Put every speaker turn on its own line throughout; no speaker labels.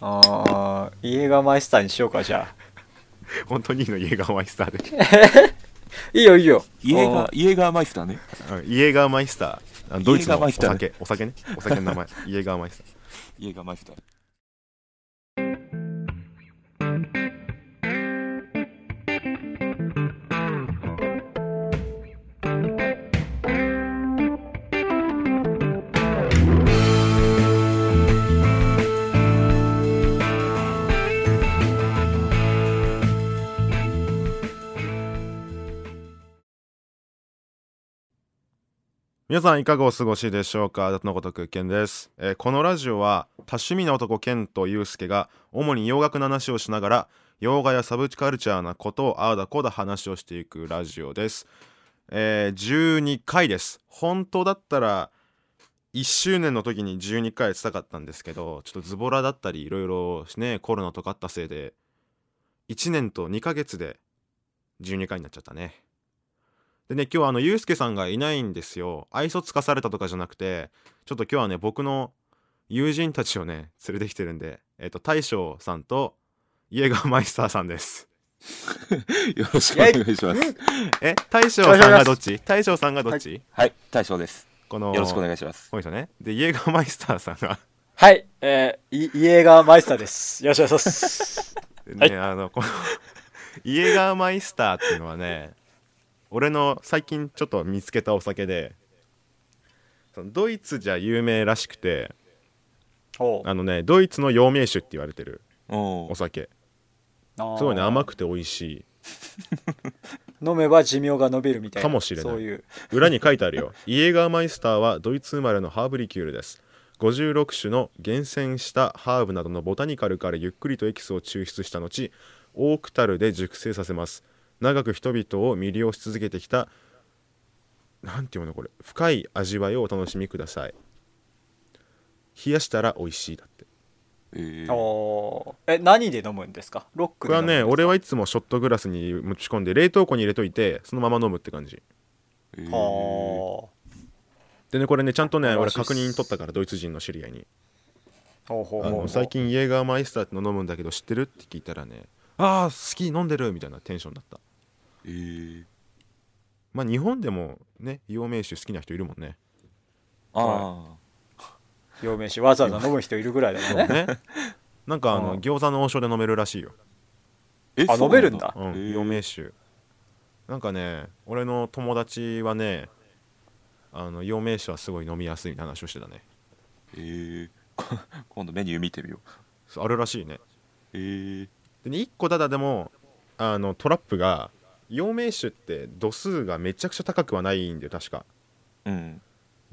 ああ家がマイスターにしようかじゃあ
本当にいいのイエガーマイスターで
いいよいいよ
イエガ
あ
ーイエガーマイスターね
うんイエガーマイスターあドイツのお
イエガーマイスター
酒お酒ねお酒の名前イエガーマイスター
イエガーマイ スター
皆さんいかがお過ごしでしょうかだのごとくケンです、えーこのラジオは多趣味な男ケンとユウスケが主に洋楽の話をしながら洋画やサブカルチャーなことをああだこうだ話をしていくラジオです、えー12回です本当だったら1周年の時に12回したかったんですけどちょっとズボラだったりいろいろねコロナとかあったせいで1年と2ヶ月で12回になっちゃったねでね、今日はあの、ゆうすけさんがいないんですよ。愛想つかされたとかじゃなくて、ちょっと今日はね、僕の友人たちをね、連れてきてるんで、えっ、と、大将さんと、イエガーマイスターさんです。
よろしくお願いします
え、大将さんがどっち大将さんがどっち、
はい大将です
この、
よろしくお
い
願いします
この人ね。で、イエガーマイスターさんが、
はいえー、い家がマイスターですよろしくお願いします
ね、あの、この、イエガーマイスターっていうのはね、俺の最近ちょっと見つけたお酒で、そのドイツじゃ有名らしくて、
おう
あのね、ドイツの陽明酒って言われてる。
お
お
ー
酒
あー
すごいね甘くて美味し
飲めば寿命が延びるみたいな
かもしれない
そういう
い裏に書いて あるよイエガーマイスターはドイツ生まれのハーブリキュールです56種の厳選したハーブなどのボタニカルからゆっくりとエキスを抽出した後オークタルで熟成させます長く人々を魅了し続けてきたなんていうのこれ深い味わいをお楽しみください冷やしたら美味しいだって
えー
おーえ何で飲むんですかロック
こ
で
れは
飲む
ね俺はいつもショットグラスに持ち込んで冷凍庫に入れといてそのまま飲むって感じ
えー
は
でねこれねちゃんとね
あ
俺
美味しいっす
確認取ったからドイツ人の知り合いに
あほうほうほ
あの
う
最近イエーガーマイスターっての飲むんだけど知ってるって聞いたらねああ好き飲んでるみたいなテンションだった
えー
まあ日本でもね陽明酒好きな人いるもんね
あ
陽明酒わざわざ飲む人いるぐらいだもんね
ねなんかあ
う
の
ん
餃子の王将で飲めるらしいよ、
ーえ
あ
そう
飲めるんだ
う
へ
ん、
ー
陽明酒なんかね俺の友達はねあの陽明酒はすごい飲みやすいみたいな話をしてたね
えーこ 今度メニュー見てみよ
そうあるらしいね
うえー
で1個ただでもあのトラップが陽明酒って度数がめちゃくちゃ高くはないんだよ確か
うん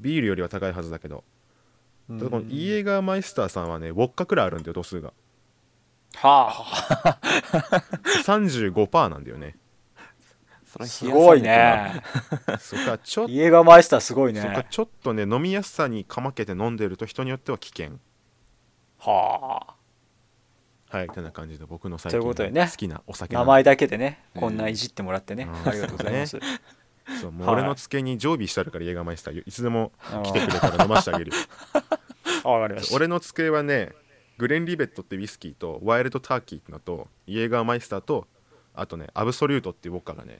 ビールよりは高いはずだけど
うん
ただこのイエーガーマイスターさんはねウォッカくらいあるんだよ度数が
は
35%なんだ よね
そ
あ
れは
す
冷やさな
ごい
きゃな
ね
そっかちょっと、
家がマイスターすごい
そっか
ね
ちょっとね飲みやすさにかまけて飲んでると人によっては危険
はあ
はいてな感じで僕の最
ということで
近
ね
の好きなお酒
名
の
前だけでね
うん
こんないじってもらってね
うん
ありがとうございます
そうもう
はい
俺の机に常備してあるからイエーガーマイスターいつでも
あ
来てくれたら飲ましてあげるよ
あわかりました
俺の机はねグレンリベットってウイスキーとワイルドターキーってのとイエーガーマイスターとあとねアブソリュートっていうウォッカがね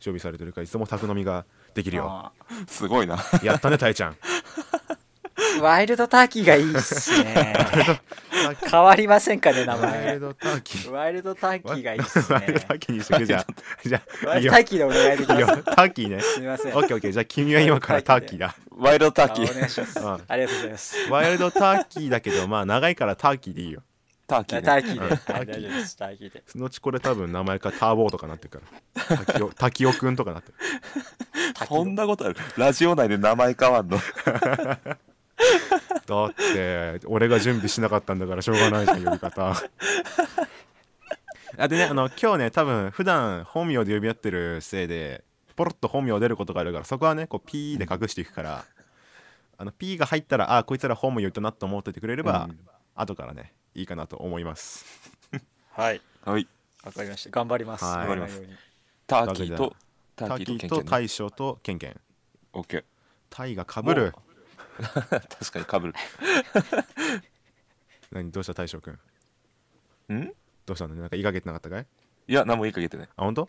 常備されてるからいつでも宅飲みができるよ
あ
すごいな
やったねたいちゃん
ーワイルドターキーがいいっすね変わりませんかね名
ワイ
前
ルドターキー
ワイルドターキーがいいっすね
ワイルドターキーにしてくれじゃ あじゃ
ワ
あい
イル
い
ド
よ
ターキーでお願いでき
いい
ま
よ
す
ターキーね
すみません
オッケーオッケーじゃあ君は今からターキーだ
ワイルドターキ
あお願い
ー
します
うん
ありがとうございます
ワイルドターキーだけどまあ長いからターキーでいいよ
ターキ
タ
ー、ね、
ーキーで
うん
はい大丈夫ですターキーで
そのうちこれ多分名前からターボーとかなってるからタキオタキオくんとかなってる
そんなことあるラジオ内で名前変わんの
だって俺が準備しなかったんだからしょうがないじゃん呼び方 あでねあの今日ね多分普段本名で呼び合ってるせいでポロッと本名出ることがあるからそこはねこうピーで隠していくからあのピーが入ったらあこいつら本名言ったなと思っててくれれば、
うん
後からねいいかなと思います
はい
はい
わかりました頑張ります
はい
言わないように
ターキーとタ
タ
ー
ー
キ
キー
ーとケ
と
ンケン、ね、
大将とケンケン
オッケー
タイがかぶる
確かにかぶる
何どうした大将くん
ん
どうしたのなんか言いかけてなかったかい
いや何も言いかけてない
あ本当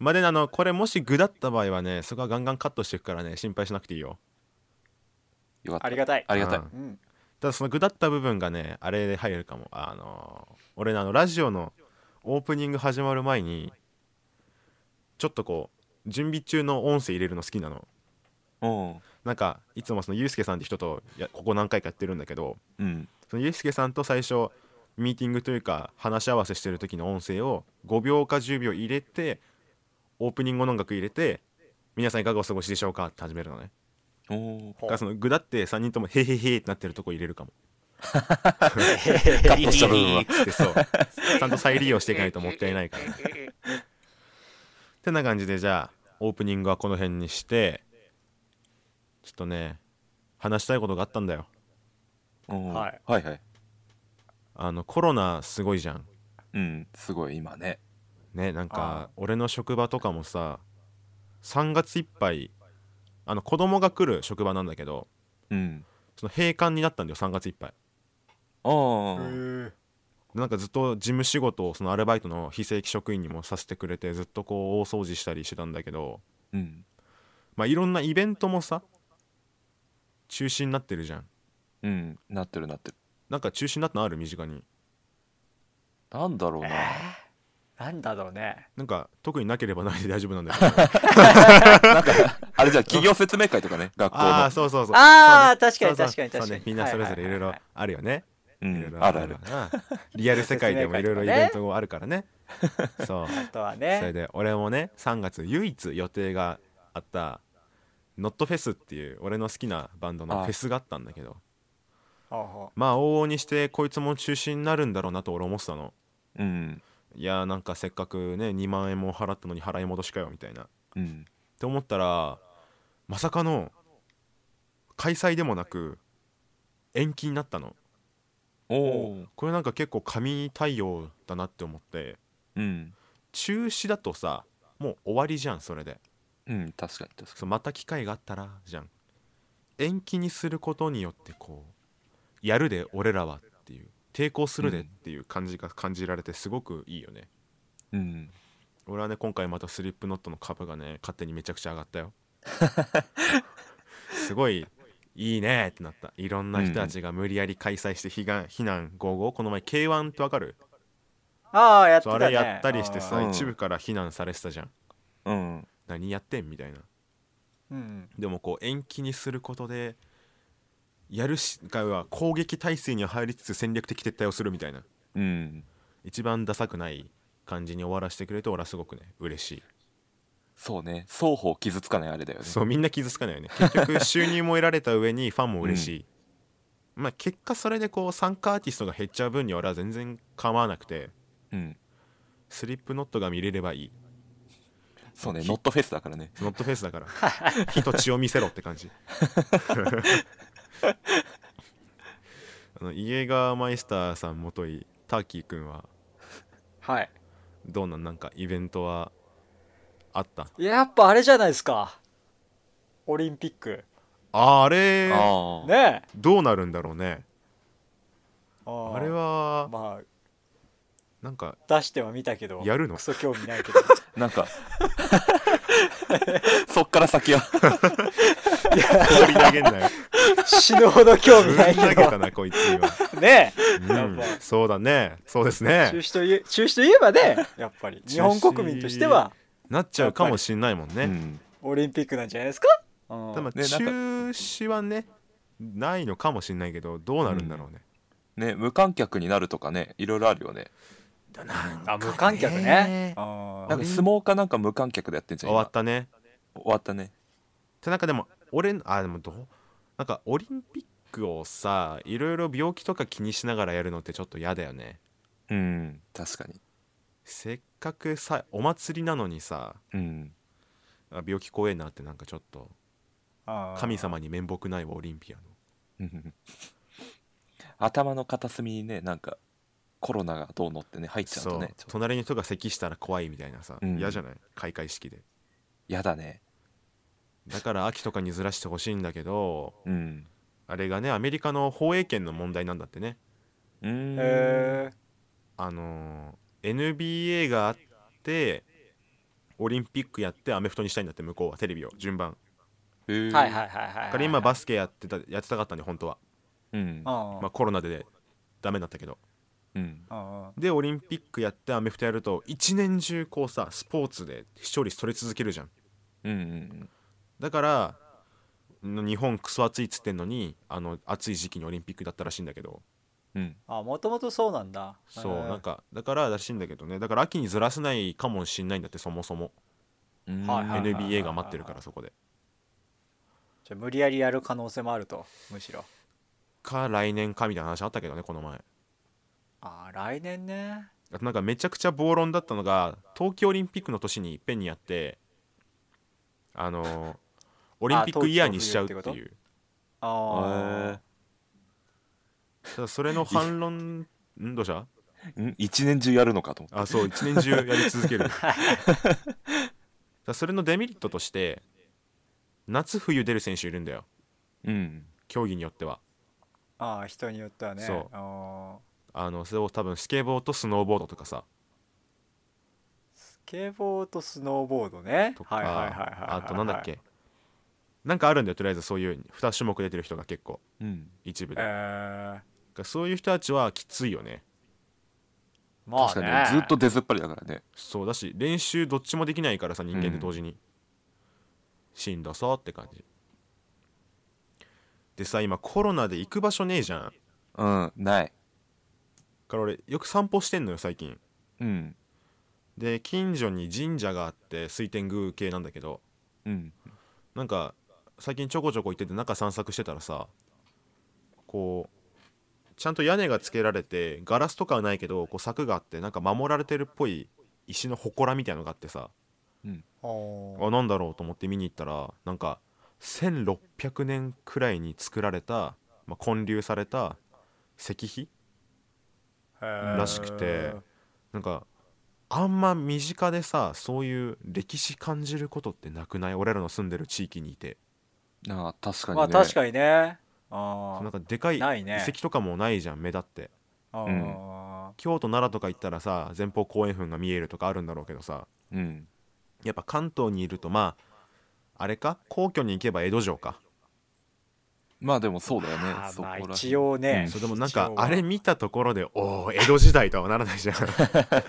まあでねあのこれもし具だった場合はねそこはガンガンカットしていくからね心配しなくていいよ
よかった
ありがたい
ありがたい
うん
うん
ただそのぐだった部分がねあれで入るかもあのー俺のあのラジオのオープニング始まる前にちょっとこう準備中の音声入れるの好きなの
うん
なんかいつもそのゆうすけさんって人とやここ何回かやってるんだけど
うん
そのゆうすけさんと最初ミーティングというか話し合わせしてる時の音声を5秒か10秒入れてオープニングの音楽入れて皆さんいかがお過ごしでしょうかって始めるのね
おお
だからそのぐだって3人とも「へへへ」ってなってるとこ入れるかも
カットした部分は
ってそうちゃんと再利用していかないともったいないからねてな感じでじゃあオープニングはこの辺にしてちょっとね話したいことがあったんだよ
うん
は
はいいはい
あのコロナすごいじゃん
うんすごい今ね
ねなん
あ
か俺の職場とかもさ3月いっぱいあの子供が来る職場なんだけど
うん
その閉館になったんだよ3月いっぱい
あ
へ
あ
ー
でなんかずっと事務仕事をそのアルバイトの非正規職員にもさせてくれてずっとこう大掃除したりしてたんだけど
うん
まあいろんなイベントもさ中止になってるじゃん
うんなってるなってる
なんか中止になったのある身近に
なんだろう
え
な
ーなんだろうね
なんか特になければないで大丈夫な んだけど
なんかあれじゃあ企業説明会とかね学校
ああ
の
そうそうそう
あー
そうね
確かに
そうそ
確
う
かに
そうね
確かに
みんなそれぞれいろい
はい
ろ
はい
あるよね
う
いろい
ん
ろ
あるある
なリアル世界でもいろいろイベントがあるから ねそう
あとは
それ
ね
で俺もね3月唯一予定があったノットフェスっていう俺の好きなバンドのフェスがあったんだけど
ほうほ
まあ往々にしてこいつも中止になるんだろうなと俺思ってたの
うん
いやーなんかせっかくね2万円も払ったのに払い戻しかよみたいな
うん
って思ったらまさかの開催でもなく延期になったの
おお
これなんか結構神対応だなって思って
うん
中止だとさもう終わりじゃんそれで
うん確かに確か
そうまた機会があったらじゃん延期にすることによってこうやるで俺らはっていう抵抗するでっていう感じが感じられてすごくいいよね、
にうん
俺はね今回またスリップノットの株がね勝手にめちゃくちゃ上がった よすごいいいねってなったいろんな人たちが無理やり開催して非難非難55この前 K1 ってわかる
うああやって
そう
た
あ
ね
れやったりしてさ、
うん
一部から非難されてたじゃん
うん
何やってんみたいな
うん
でもこう延期にすることでやるしかは攻撃体制には入りつつ戦略的撤退をするみたいな
うん
一番ダサくない感じに終わらせてくれて俺はすごくね嬉しい
そうね双方傷つかないあれだよね
そうみんな傷つかないよね結局収入も得られた上にファンも嬉しい、まあ結果それでこう参加アーティストが減っちゃう分には俺は全然構わなくて
うん
スリップノットが見れればいい
そうねノットフェスだからね
ノットフェスだから火と血を見せろって感じ あのイエーガーマイスターさんもといターキーくんは
はい
どうなんなんかイベントはあった
やっぱあれじゃないですかオリンピック
あーあれ
ああ
ねえ
どうなるんだろうね
あ
あれは
まあ
なんか
出しては見たけど
やるの
クソ興味ないけど
なんか そっから先は
放り投げんなよ
死ぬほど興
ぶ
味
ん
ない
投
け
げ
ど
たなこいつには、
ね
うん、そうだねそうです
え中
ね
止といえ中止といえばねやっぱり日本国民としては
なっちゃうかもしんないもんね、
うん
オリンピックなんじゃないですか、うん
多分
ねなんか
中止はねないのかもしんないけどどうなるんだろうね、
ね無観客になるとかねいろいろあるよね
あ無観客ねあ
なんか相撲かなんか無観客でやってんじゃん
終わ
今
ったね
終わったね
ってなんかでも俺のあでもどうなんかオリンピックをさいろいろ病気とか気にしながらやるのってちょっと嫌だよね
うん確かに
せっかくさお祭りなのにさ
うん
あ病気怖えなってなんかちょっと
あー
神様に面目ないわオリンピアの
うん頭の片隅にねなんかコロナがどうのってね入っちゃう
そ
と
う
ねちょっと
隣の人が咳したら怖いみたいなさ
うん
嫌じゃない開会式で
やだね
だから秋とかにずらしてほしいんだけど
うん
あれがねアメリカの放映権の問題なんだってね
うーん、
へえ
あのー NBA があってオリンピックやってアメフトにしたいんだって向こうはテレビを順番
へえ
はいはいはいはい、はい、
だから今バスケやってたやってたかったんで本当は、
うん
うん、
まあ、コロナでダメになったけど
うん
うんうん
でオリンピックやってアメフトやると一年中こうさスポーツで視聴率取り続けるじゃん
うんうん
だからの日本クソ暑いっつってんのにあの暑い時期にオリンピックだったらしいんだけど
うん
あもともとそうなんだ
そう
へえ
なんかだかららしいんだけどねだから秋にずらせないかもしんないんだってそもそも
うん
はいはいはい
NBA が待ってるからそこで
じゃあ無理やりやる可能性もあるとむしろ
か来年かみたいな話あったけどねこの前
あー来年ね
あとなんかめちゃくちゃ暴論だったのが東京オリンピックの年にいっぺんにやって あのオリンピックイヤーにしちゃうって
あ東
いう
ああ
ただそれの反論んど うした
へえん一年中やるのかと思
あそう一年中やり続 けるだからそれのデメリットとして夏冬出る選手いるんだよ
ううん
競技によっては
あー人によってはね
そう
あー
あのそれを多分スケボーとスノーボードとかさ
スケボーとスノーボードね
とか
はいはいはいはいはいはい
あとなんだっけなんかあるんだよとりあえずそういう2種目出てる人が結構
うん
一部
え
で、だか
ー、
らそういう人たちはきついよね
まあ、ね、
確かにずっと出ずっぱりだからね
そうだし練習どっちもできないからさ人間で同時に、しんどそうって感じでさ今コロナで行く場所ねえじゃんだ
うんない
から俺よく散歩してんのよ最近
うん
で近所に神社があって水天宮系なんだけど
うん
なんか最近ちょこちょこ行ってて中散策してたらさこうちゃんと屋根がつけられてガラスとかはないけどこう柵があってなんか守られてるっぽい石の祠みたいのがあってさ
おー
あなんだろうと思って見に行ったらなんか1600年くらいに作られた、まあ、建立された石碑
へー
らしくてなんかあんま身近でさそういう歴史感じることってなくない俺らの住んでる地域にいて
あー確かにね
まあ確かにね
そ
あ
う
ー
なんかでかい遺
ないね
跡とかもないじゃん目立って
あ
うん
ー
京都奈良とか行ったらさ前方後円墳が見えるとかあるんだろうけどさ
うん
やっぱ関東にいるとまああれか皇居に行けば江戸城か、
まあでもそうだよね
あー
そこ
まあ
ら
一応ね、
うん
それでもなん
一
か
応は
あれ見たところでおお江戸時代とはならないじゃん
辺確か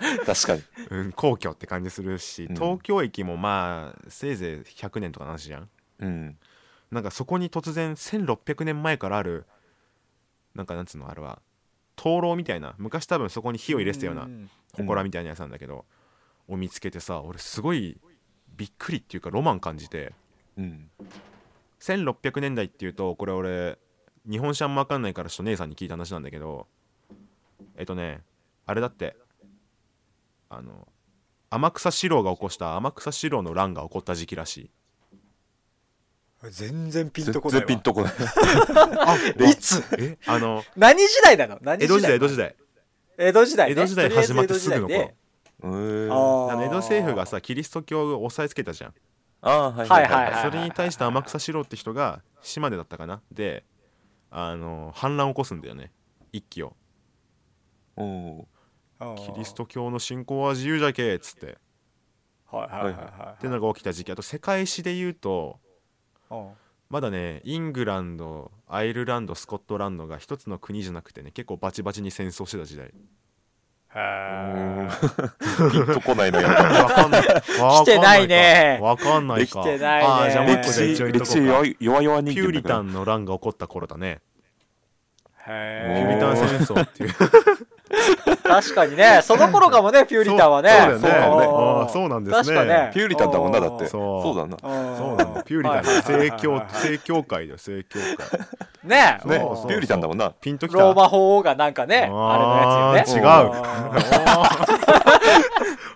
に
うん、皇居って感じするし
うん
東京駅もまあせいぜい100年とかの話じゃん
うん
なんかそこに突然1600年前からあるなんかなんつうのあれは灯籠みたいな昔多分そこに火を入れてたようなん祠みたいなやつなんだけど、を見つけてさ俺すごいびっくりっていうかロマン感じて
うん
1600年代っていうとこれ俺日本史あんま分かんないからちょっと姉さんに聞いた話なんだけどえっとねあれだってあの天草四郎が起こした天草四郎の乱が起こった時期らしい
全然ピン
全
とこない
然
わ
ピンとこない
いつ
えあの
何時代なの何
江戸時代江戸
代
時代
江戸時代ね
江戸時代始まってすぐの
とりあえ
頃
ず
うー
江戸時代で
ん
あの江戸政府がさキリスト教を押さえつけたじゃん
あー
は
はいい
はいはい
それに対して天草四郎って人が島根だったかなであの反乱を起こすんだよね一揆を
おお
あー
キリスト教の信仰は自由じゃけっつって
はいはいはいは
っ
い
てのが起きた時期あと世界史で言うと
うん
まだねイングランドアイルランドスコットランドが一つの国じゃなくてね結構バチバチに戦争してた時代
へー
ーピンとこないの よ
わかんない
来てないね
わかんないか
来てないね
あーじゃあもう一個
歴
じゃあ
史
一応言っと
歴
こ
史
うか
弱い弱々
ピ
人
ュー
間だ
リ
から
タンの乱が起こった頃だねピュー
へ
リ
ー
タン戦争っていう
確かにねその頃かもねピューリタンはね
そうそうだ
そう
よ
だ
ね
よ
あーそうなんです
確かね
ね
ピューリタンだもんなだって
そう
そうだな
そ
そう
なのピューリタンだ正教
ね
正教会だよ正教会
ね
ね
うん
そう
ピューリタンだもんな
ピンときた
ローマ法王がなんかねあれのやつよね
あ
違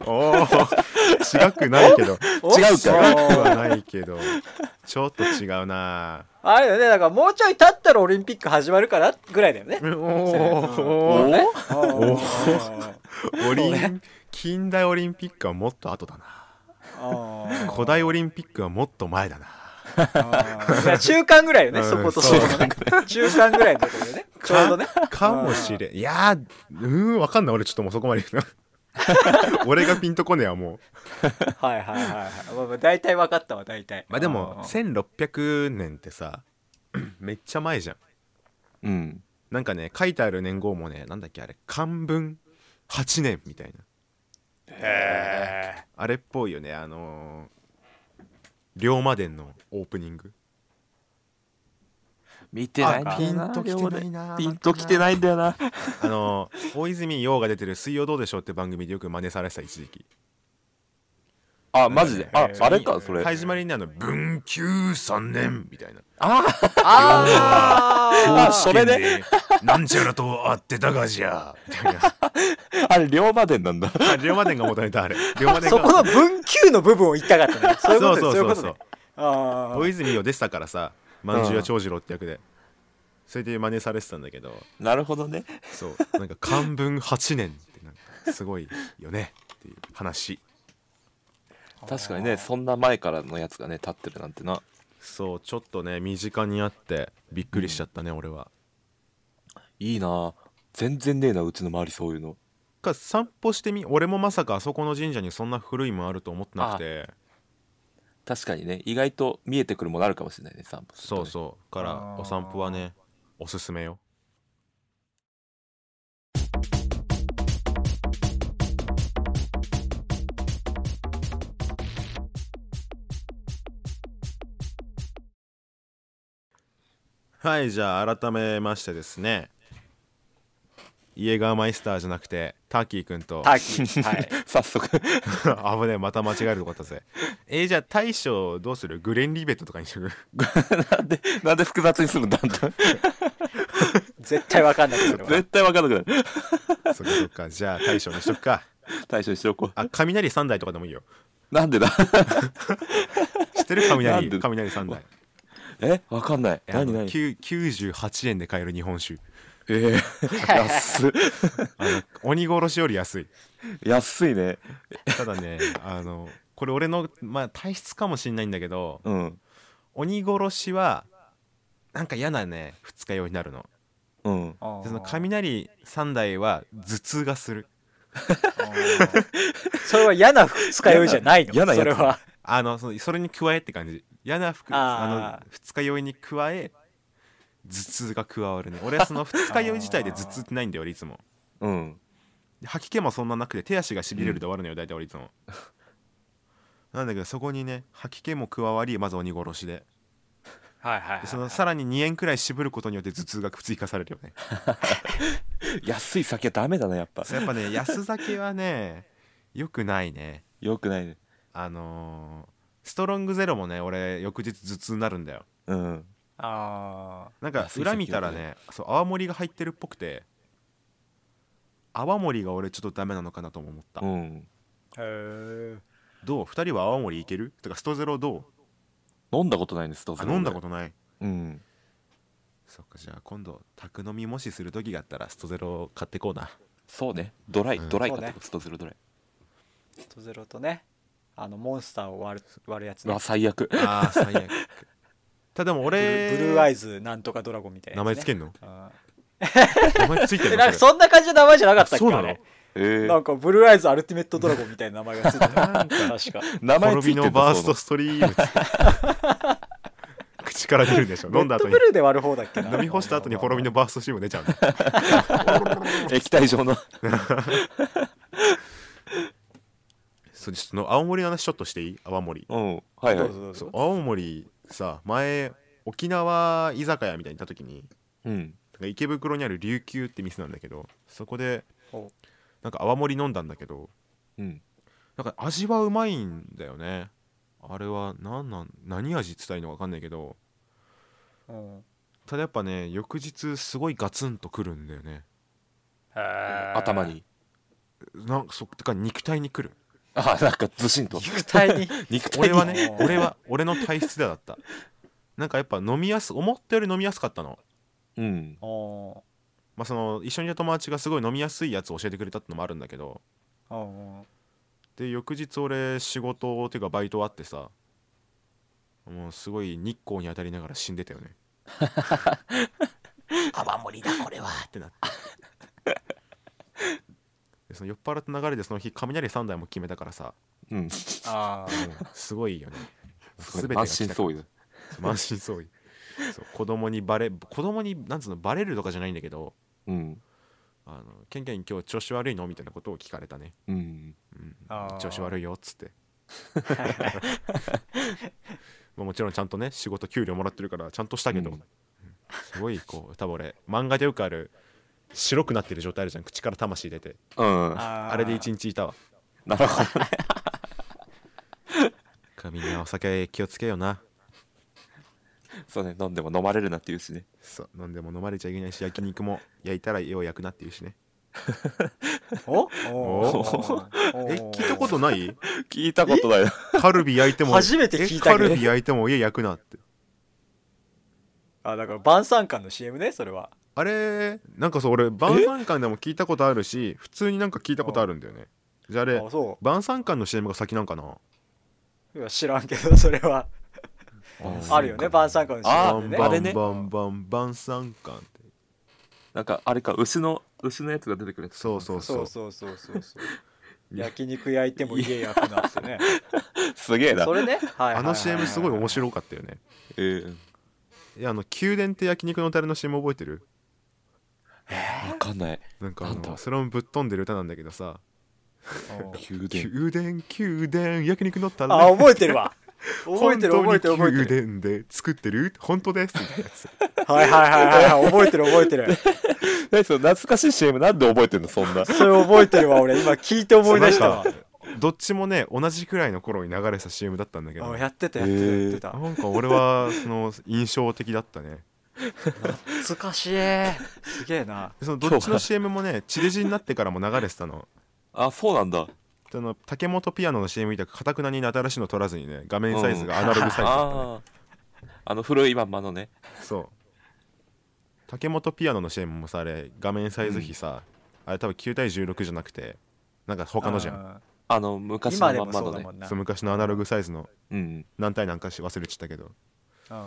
おー違くないけど
違う
違く
か
はないけどちょっと違うな
あれだよねだからもうちょい経ったらオリンピック始まるからぐらいだよね
お
お
お
ね
おオリン近代オリンピックはもっと後だな
あー
古代オリンピックはもっと前だな
いや中間ぐらいよね、
うん
そことそ
そう
このね中間ぐらいのところよねちょうどね
かもしれんいやーうーんわかんない俺ちょっともうそこまで言う な俺がピンとこねえわもう
はいはいはいはい、まあ、まあ大体分かったわ大体
まあで
うん
も1600年ってさ めっちゃ前じゃん
うん。
なんかね書いてある年号もねなんだっけあれ漢文8年みたいな
へえ
あれっぽいよねあのー、龍馬伝のオープニング
見てないんだ
あ
よ
ピ
な
ンときてないな
ピンときてないんだよな。
あのー大泉洋が出てる「水曜どうでしょう」って番組でよく真似されてた一時期
あ、マジで。あ
え、ー
あれか、それ。
始まりにあの「文久3年」みたいな
あ
あ
あそれで
ねなんちゃらと会ってたがじゃみたいな
ーあれ、龍馬伝なんだ。
あ 龍馬伝が元ネタあれ龍馬
あ
伝
そ
が
この分級の部分を言いたかったねそういうことねそういうことねあ
大
ー
泉洋でしたからさまんじゅうや長次郎って役でそれで真似されてたんだけど
なるほどね。
そうなんか漢文8年ってなんかすごいよねっていう話
確かにね、そんな前からのやつがね、立ってるなんてな。
そうちょっとね身近にあってびっくりしちゃったね、俺はい
いな全然ねえな、うちの周りそういうの。
か散歩してみ俺もまさかあそこの神社にそんな古いもんあると思ってなくて
確かにね、意外と見えてくるものあるかもしれないね、散歩するとね
そうそうか
あ
ら
ー
お散歩はねおすすめよはいじゃあ改めましてですねイエガーマイスターじゃなくてターキーくんと
ターキーはい
早速。
危ねえまた間違えるとこあったぜえー、じゃあ大将どうするグレンリベットとかにしと く
なんで、なんで複雑にするんだんだん
絶対分かんないけど
絶対分かんなくなる。
そっかそっかじゃあ大将にしとくか
対処にしようこう。
あ雷三台とかでもいいよ
なんでだ
知ってる
なん
雷
で
雷三台
え分かんない。
えあの
何何
きゅ98円で買える日本酒
ええ安っ。
あの鬼殺しより安い
安いね。
ただね あのこれ俺の、まあ、体質かもしんないんだけど
うん。
鬼殺しはなんか嫌なね二日酔いになるの
うん。
でその雷三台は頭痛がする
それは嫌な二日酔いじゃないの
嫌な嫌
そ
な
れ
やつ
は
あのそのそれに加えって感じ嫌な服
あー
あの二日酔いに加え頭痛が加わるね俺はその二日酔い自体で頭痛ってないんだよ俺いつも
うん。
で吐き気もそんななくて手足がしびれるで終わるのよ、大体俺いつもなんだけどそこにね吐き気も加わりまず鬼殺しで
はいはい
でそのさらに2円くらい渋ることによって頭痛が追加されるよね
安い酒はダメだな、やっぱ
そ。うやっぱね安酒はねよくないね
よくないね。
あのーストロングゼロもね俺翌日頭痛になるんだよ
うん。
あ
なんか
安い酒
裏見たらねそう泡盛が入ってるっぽくて泡盛が俺ちょっとダメなのかなとも思った、
うん。
あへえ
どう2人は泡盛いけるとかストゼロどう
飲んだことないんです、どう
あ飲んだことない
と。うん。
そっかじゃあ今度宅飲みもしする時があったらストゼロ買ってこうな
そうね。ドライ、
うん
ドライか
そうね
ってこと、ストゼロドライ。
ストゼロとねあのモンスターを割る割るやつ
う
ね
わ、最悪。
あー最悪 ただでも
ブル
俺
ーブルーアイ
ズ
ズなんとかドラゴンみたいな
名
やつね
前つけんの
あ
名前ついて
ーえ
る
なん
の
か
それ
そんな感じの名前じゃなかったっけ
そうな
あ
の
れ
え
な
ー
んかブルーアイズアルティメットドラゴンみたいな名前がつい てた
なんか
確か
名前つ
滅び
いてんだ
のバース
そう
トストリーム口から出るんでしょ飲んだ後
レッド
に
ブルーで割る方だっけな
飲み干した後に滅びのバーストストリーム出ちゃうの
な の液体状の。
そうちょっとの青森の話ちょっとしていい青森
うん。はい
ど
は
う
い
ぞ。どう
そう
ぞ
青森さ前沖縄居酒屋みたいに行った時に
うん。
なんか池袋にある琉球って店なんだけどそこで
お
なんか泡盛飲んだんだけど
うん。
なんか味はうまいんだよねあれは何なん何味って言ったらいいのか分かんないけど
うん
ただやっぱね翌日すごいガツンとくるんだよね
頭に。
なんかそってか肉体にくる
あ、なんかずしんと。
肉体に
肉体
俺
に
はね俺は俺の体質でだったなんかやっぱ飲みやす思ったより飲みやすかったの
うん。
おー
まあその一緒にいた友達がすごい飲みやすいやつを教えてくれたってのもあるんだけど
おー
で翌日俺仕事っていうかバイトあってさもうすごい日光に当たりながら死んでたよね
泡盛だこれは
ってなって でその酔っ払った流れでその日雷3台も決めたからさ、
うん。
ああ
うんすごいよね
す
全
ご
て
い。
が
満
来
身
た
創痍。
満身創痍そう子供にバレ子供になんつうのバレるとかじゃないんだけど
うん。
あのケンケン今日調子悪いのみたいなことを聞かれたね、
うん。
うん
あー
調子悪いよっつってまあもちろんちゃんとね仕事給料もらってるからちゃんとしたけど、
うん
すごいこう多分俺漫画でよくある白くなってる状態あるじゃん口から魂出て
うん。な
あ
あ
れで一日いたわ
るほどね。
かみんなお酒気をつけよな
そうね、飲んでも飲まれるなって言うしね。
そう飲んでも飲まれちゃいけないし焼肉も焼いたらよう焼くなっていうしね
お
おえ聞いたことない
聞いたことないな。
カルビ焼いても
初めて聞いたけど
えカルビ焼いても家焼くなって
あだから晩餐館の CM ねそれは
あれなんかそう俺晩餐館でも聞いたことあるし普通になんか聞いたことあるんだよねじゃああれ
あそ
晩餐館の CM が先なんかな
ういや知らんけど それは
そう
あるよね晩餐館の
あ
CM でね
あ
バ
れ
ン
ね
バンバン晩餐館って
なんか、あれか、牛の、牛のやつが出てくるやつ。
そうそう
そ
そうう
そうそうそうそう焼肉焼いても家焼くなってね
すげえな
そ。れねはいはいはいはい
あの CM すごい面白かったよね
えー
いやあの宮殿って焼肉のタレの CM 覚えてる
わかんない。
なんかあ
なん
の
だ
それもぶっ飛んでる歌なんだけどさ
うん
宮殿。
宮殿宮殿焼肉のタレ
あ覚えてるわ覚えてる覚えてる覚
本当
えて
に
る
宮殿で作ってる本当ですみたいなやつ
はいはいはいはい覚えてる覚えてる
何その懐かしい CM なんで覚えてんの、そんな。
それ覚えてるわ俺今聞いて思い出したわ
そうなんかどっちもね同じくらいの頃に流れてた CM だったんだけど
あ
な
やってたやってたやってた
んか俺はその印象的だったね
懐かしいすげえな
そのどっちの CM もね地デジになってからも流れてたの
あ、そうなんだ。
その竹本ピアノの CM みたいにかたくなに新しいの取らずにね画面サイズがアナログサイズだったね、
あーあの古いまんまのね。
そう竹本ピアノの CM もさあれ画面サイズ比さ、あれ多分9対16じゃなくてなんか他のじゃん
ん
あの昔
今
の
で
まん
もそ
まの
うだ
ね
も。んな
そう昔のアナログサイズの
うん。
何対何かし忘れちゃったけど
うん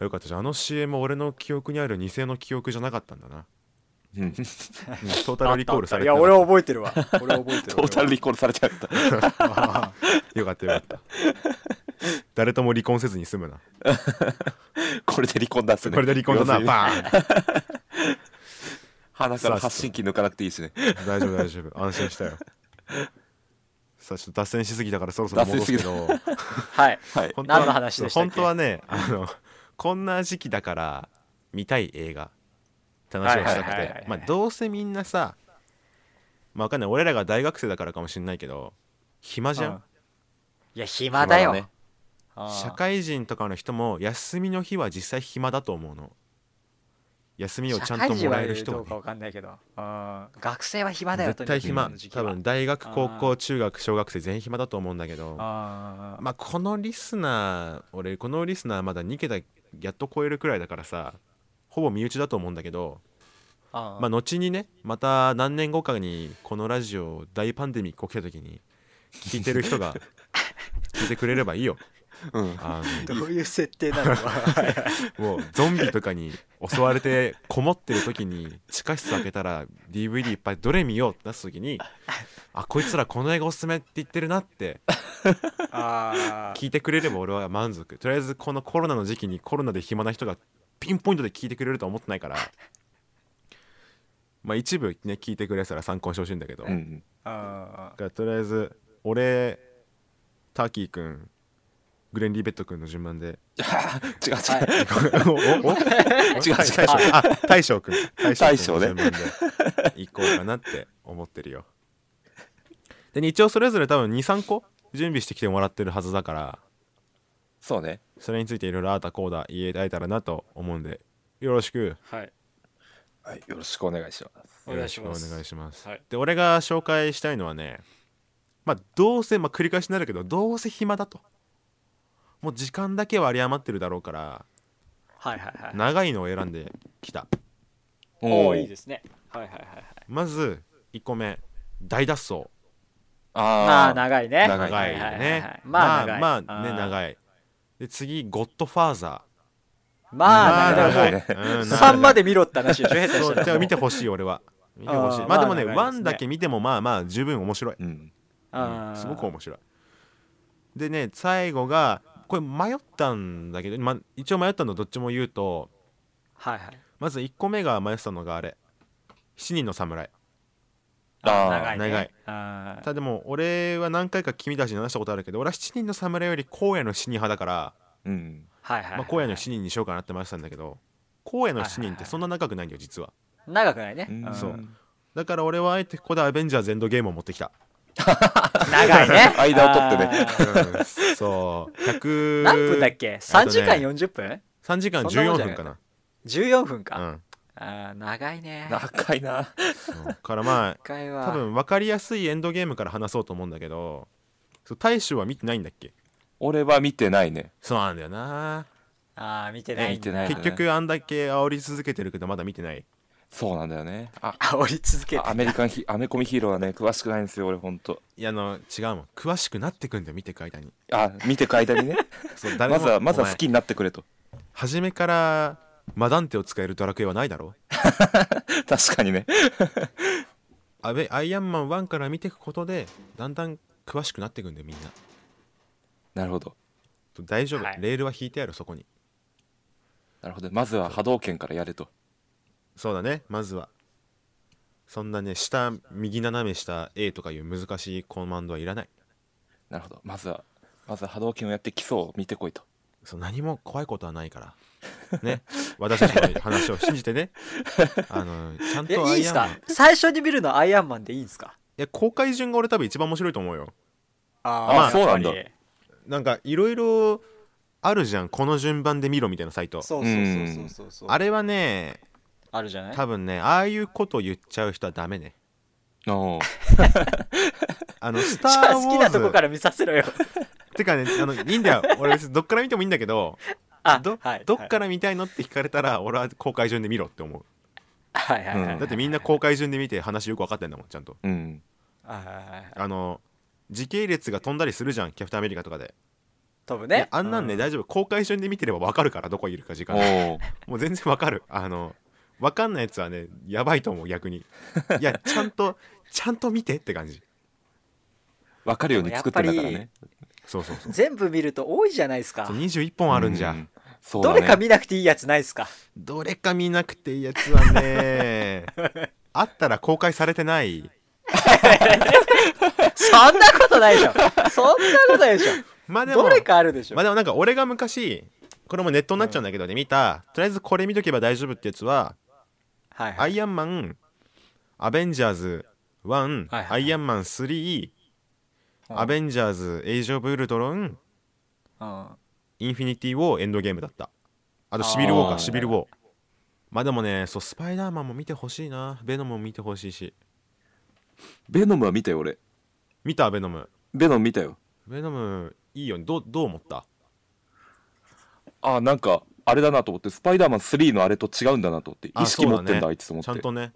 よかったじゃんあの CM 俺の記憶にある偽の記憶じゃなかったん だな、
うんト
うんトータルリコールされ
い
てな
や
かっ
俺覚えてるわ俺覚え てる
ータルリコールされちゃった。
たよかったよかった誰とも離婚せずに済むな
これで離婚だっすね。
これで離婚だ
要す
な
るに
バーン
鼻から発信機抜かなくていいしね。
大丈夫大丈夫安心したよさあちょっと脱線しすぎたからそろそろ戻すけど
はい
はい。
本当は
何の話でしたっけ
本当はねあのこんな時期だから見たい映画って話をしたく
はいはいはいは
て
い
まあどうせみんなさまあわかんない俺らが大学生だからかもしんないけど暇じゃ
うん
ん
いや暇だよ
暇だね
あー
社会人とかの人も休みの日は実際暇だと思うの休みをちゃんともらえる人
社会人はど
は
う
ね
かわかんないけどあー学生は暇だよ
絶対
とに
暇
かく今の
多分
時期は
大学高
あ
校中学小学生全員暇だと思うんだけど
あー
まあこのリスナー俺このリスナーまだ2桁やっと超えるくらいだからさほぼ身内だと思うんだけど
あー
まあ後にねまた何年後かにこのラジオ大パンデミック起きた時に聞いてる 人が聞いてくれればいいよ
うん。
あ
どういう設定 なのか
のもうゾンビとかに襲われてこもってる時に地下室開けたら DVD いっぱいどれ見ようってなった時にあこいつらこの映画おすすめって言ってるなって
あー
聞いてくれれば俺は満足とりあえずこのコロナの時期にコロナで暇な人がピンポイントで聞いてくれるとは思ってないからまあ一部ね聞いてくれたら参考にしてほしいんだけど、
う
だ
ん。
あ
からとりあえず俺ターキーくんグレン・リーベットくんの順番で
違う違う。
ーはい
おお
違う違う
大将あ大将くん
大
大将
将ね
くんの順番で行こうかなって思ってるよで一応それぞれ多分23個準備してきてもらってるはずだから
そうね。
それについていろいろああたこうだ言え合えたらなと思うんでよろしく
はい
はい。よろしくお願いします。
お願いします
よろくお願いします、
はい
で俺が紹介したいのはねまあどうせ、まあ、繰り返しになるけどどうせ暇だともう時間だけは有り余ってるだろうから
はいはいはい
長いのを選んできた
おおいい
す。
ですねはいはいはいはい
まず1個目大脱走
ま
あ
あ
あ。
長いね
長
長いよ
はいはいはいはい
ね
まあ長い
まあまあね
あー
長いで次「ゴッドファーザ
まあ、
ー
だ
長
か
い
らも
ねうん
う、
長い
3まで見ろって話でしょ、下手し
ー」そうじ
た
ゃあ
ら。
見てほしい俺は見てほしい
あー
まあでもね
まあ長いです
1
ね
だけ見てもまあまあ十分面白い
うん
うん
すごく面白いでね最後がこれ迷ったんだけど、ま、一応迷ったのどっちも言うと
はいはい。
まず1個目が迷ってたのがあれ「七人の侍」
あー
長いね。
長い
あー
ただでも俺は何回か君たちに話したことあるけど俺は7人の侍より荒野の死人派だから、
うん
はいはいはい。
まあ、荒野の死人にしようかなって迷ってたんだけど荒野の死人ってそんな長くないんよ実は
長くないね。
うん。
ん
そうだから俺はあえてここでアベンジャーズエンドゲームを持ってきた、
長いね
間を取ってね
あー
うんそう100
何分だっけ ?3 時間
えっと
40分
3時間14分かな
?14 分か。
うん
あー長いね。
長いな
そうからま
一回
あ
は。
多分分かりやすいエンドゲームから話そうと思うんだけどそう大衆は見てないんだっけ
俺は見てないね
そうなんだよな
ああ、見てないんだ。
見てない
結局あんだけ煽り続けてるけどまだ見てない
そうなんだよねあ
煽り続けて。
アメリカンヒアメコミヒーローはね詳しくないんですよ俺ほんと
いやあの違うもん詳しくなってくんだよ見てく間に
あ見てく間 にね
そう
まずはまずは
お前
好きになってくれと
初めからマダンテを使えるドラクエはないだろ
確かにね
アベアイアンマン1から見ていくことでだんだん詳しくなってくんだよみんな
なるほど
大丈夫、
はい
レールは引いてあるそこに
なるほどまずは波動拳からやれと
そうだねまずはそんなね下右斜め下 A とかいう難しいコマンドはいらない
なるほどまずはまずは波動拳をやって基礎を見てこいと
そう何も怖いことはないから ね私たちの話を信じてねあのちゃん
え、い
とア
いん
イア
す
ンマ
か
ンい
最初に見るのアイアンマンでいいんすか
や公開順が俺多分一番面白いと思うよ
あー
あ
やっぱり
そうなんだ
なんかいろいろあるじゃんこの順番で見ろみたいなサイト
そうそうそうそうそうそう。
あれはね
あるじゃない
多分ねああいうこと言っちゃう人はダメね
おー
あのスタ
じ
ー・
ゃあ
ウォーズ
好きなとこから見させろよ。
てかねあのいいんだよ俺別にどっから見てもいいんだけど
あ、
ど,、
はい
どっから見たいのって聞かれたら俺は公開順で見ろって思う
はいはいはいはい。
だってみんな公開順で見て話よく分かってんだもんちゃんと
うん
はいはいはい
あの時系列が飛んだりするじゃんキャプテンアメリカとかで
飛ぶね。
あんなんね、
う
大丈夫公開順で見てれば分かるからどこいるか時
お
間
ー
もう全然分かるあの分かんないやつはねやばいと思う逆にいやちゃんとちゃんと見てって感じ
分かるように作ってんだから
やっ
ね
そうそうそう
全部見ると多いじゃないですか
そう。21本あるんじゃ、
うそうだ
ど
ね
れか見なくていいやつないですか
どれか見なくていいやつはねあったら公開されてない
そんなことないで しょそんなことないでしょ
まあでも
どれかあるでしょ
まあでもなんか俺が昔これもネットになっちゃうんだけどね、見たとりあえずこれ見とけば大丈夫ってやつは
はい
ア
はい
イアンマンアベンジャーズ
は
1、
いはい
アイアンマン3
うん
アベンジャーズエイジ・オブ・ウルトロン
うん
インフィニティ・ウォーエンドゲームだったあとシビル・ウォー
あ
か
ー
シビル・ウォーまあでもねそうスパイダーマンも見てほしいなベノムも見てほしいし
ベノムは見たよ俺
見たベノム
ベノム見たよ
ベノムいいよねどうどう思った
あなんかあれだなと思ってスパイダーマン3のあれと違うんだなと思って
あ
意識持ってんだ
そうだね
あいつと思っ
ちゃん
て
とね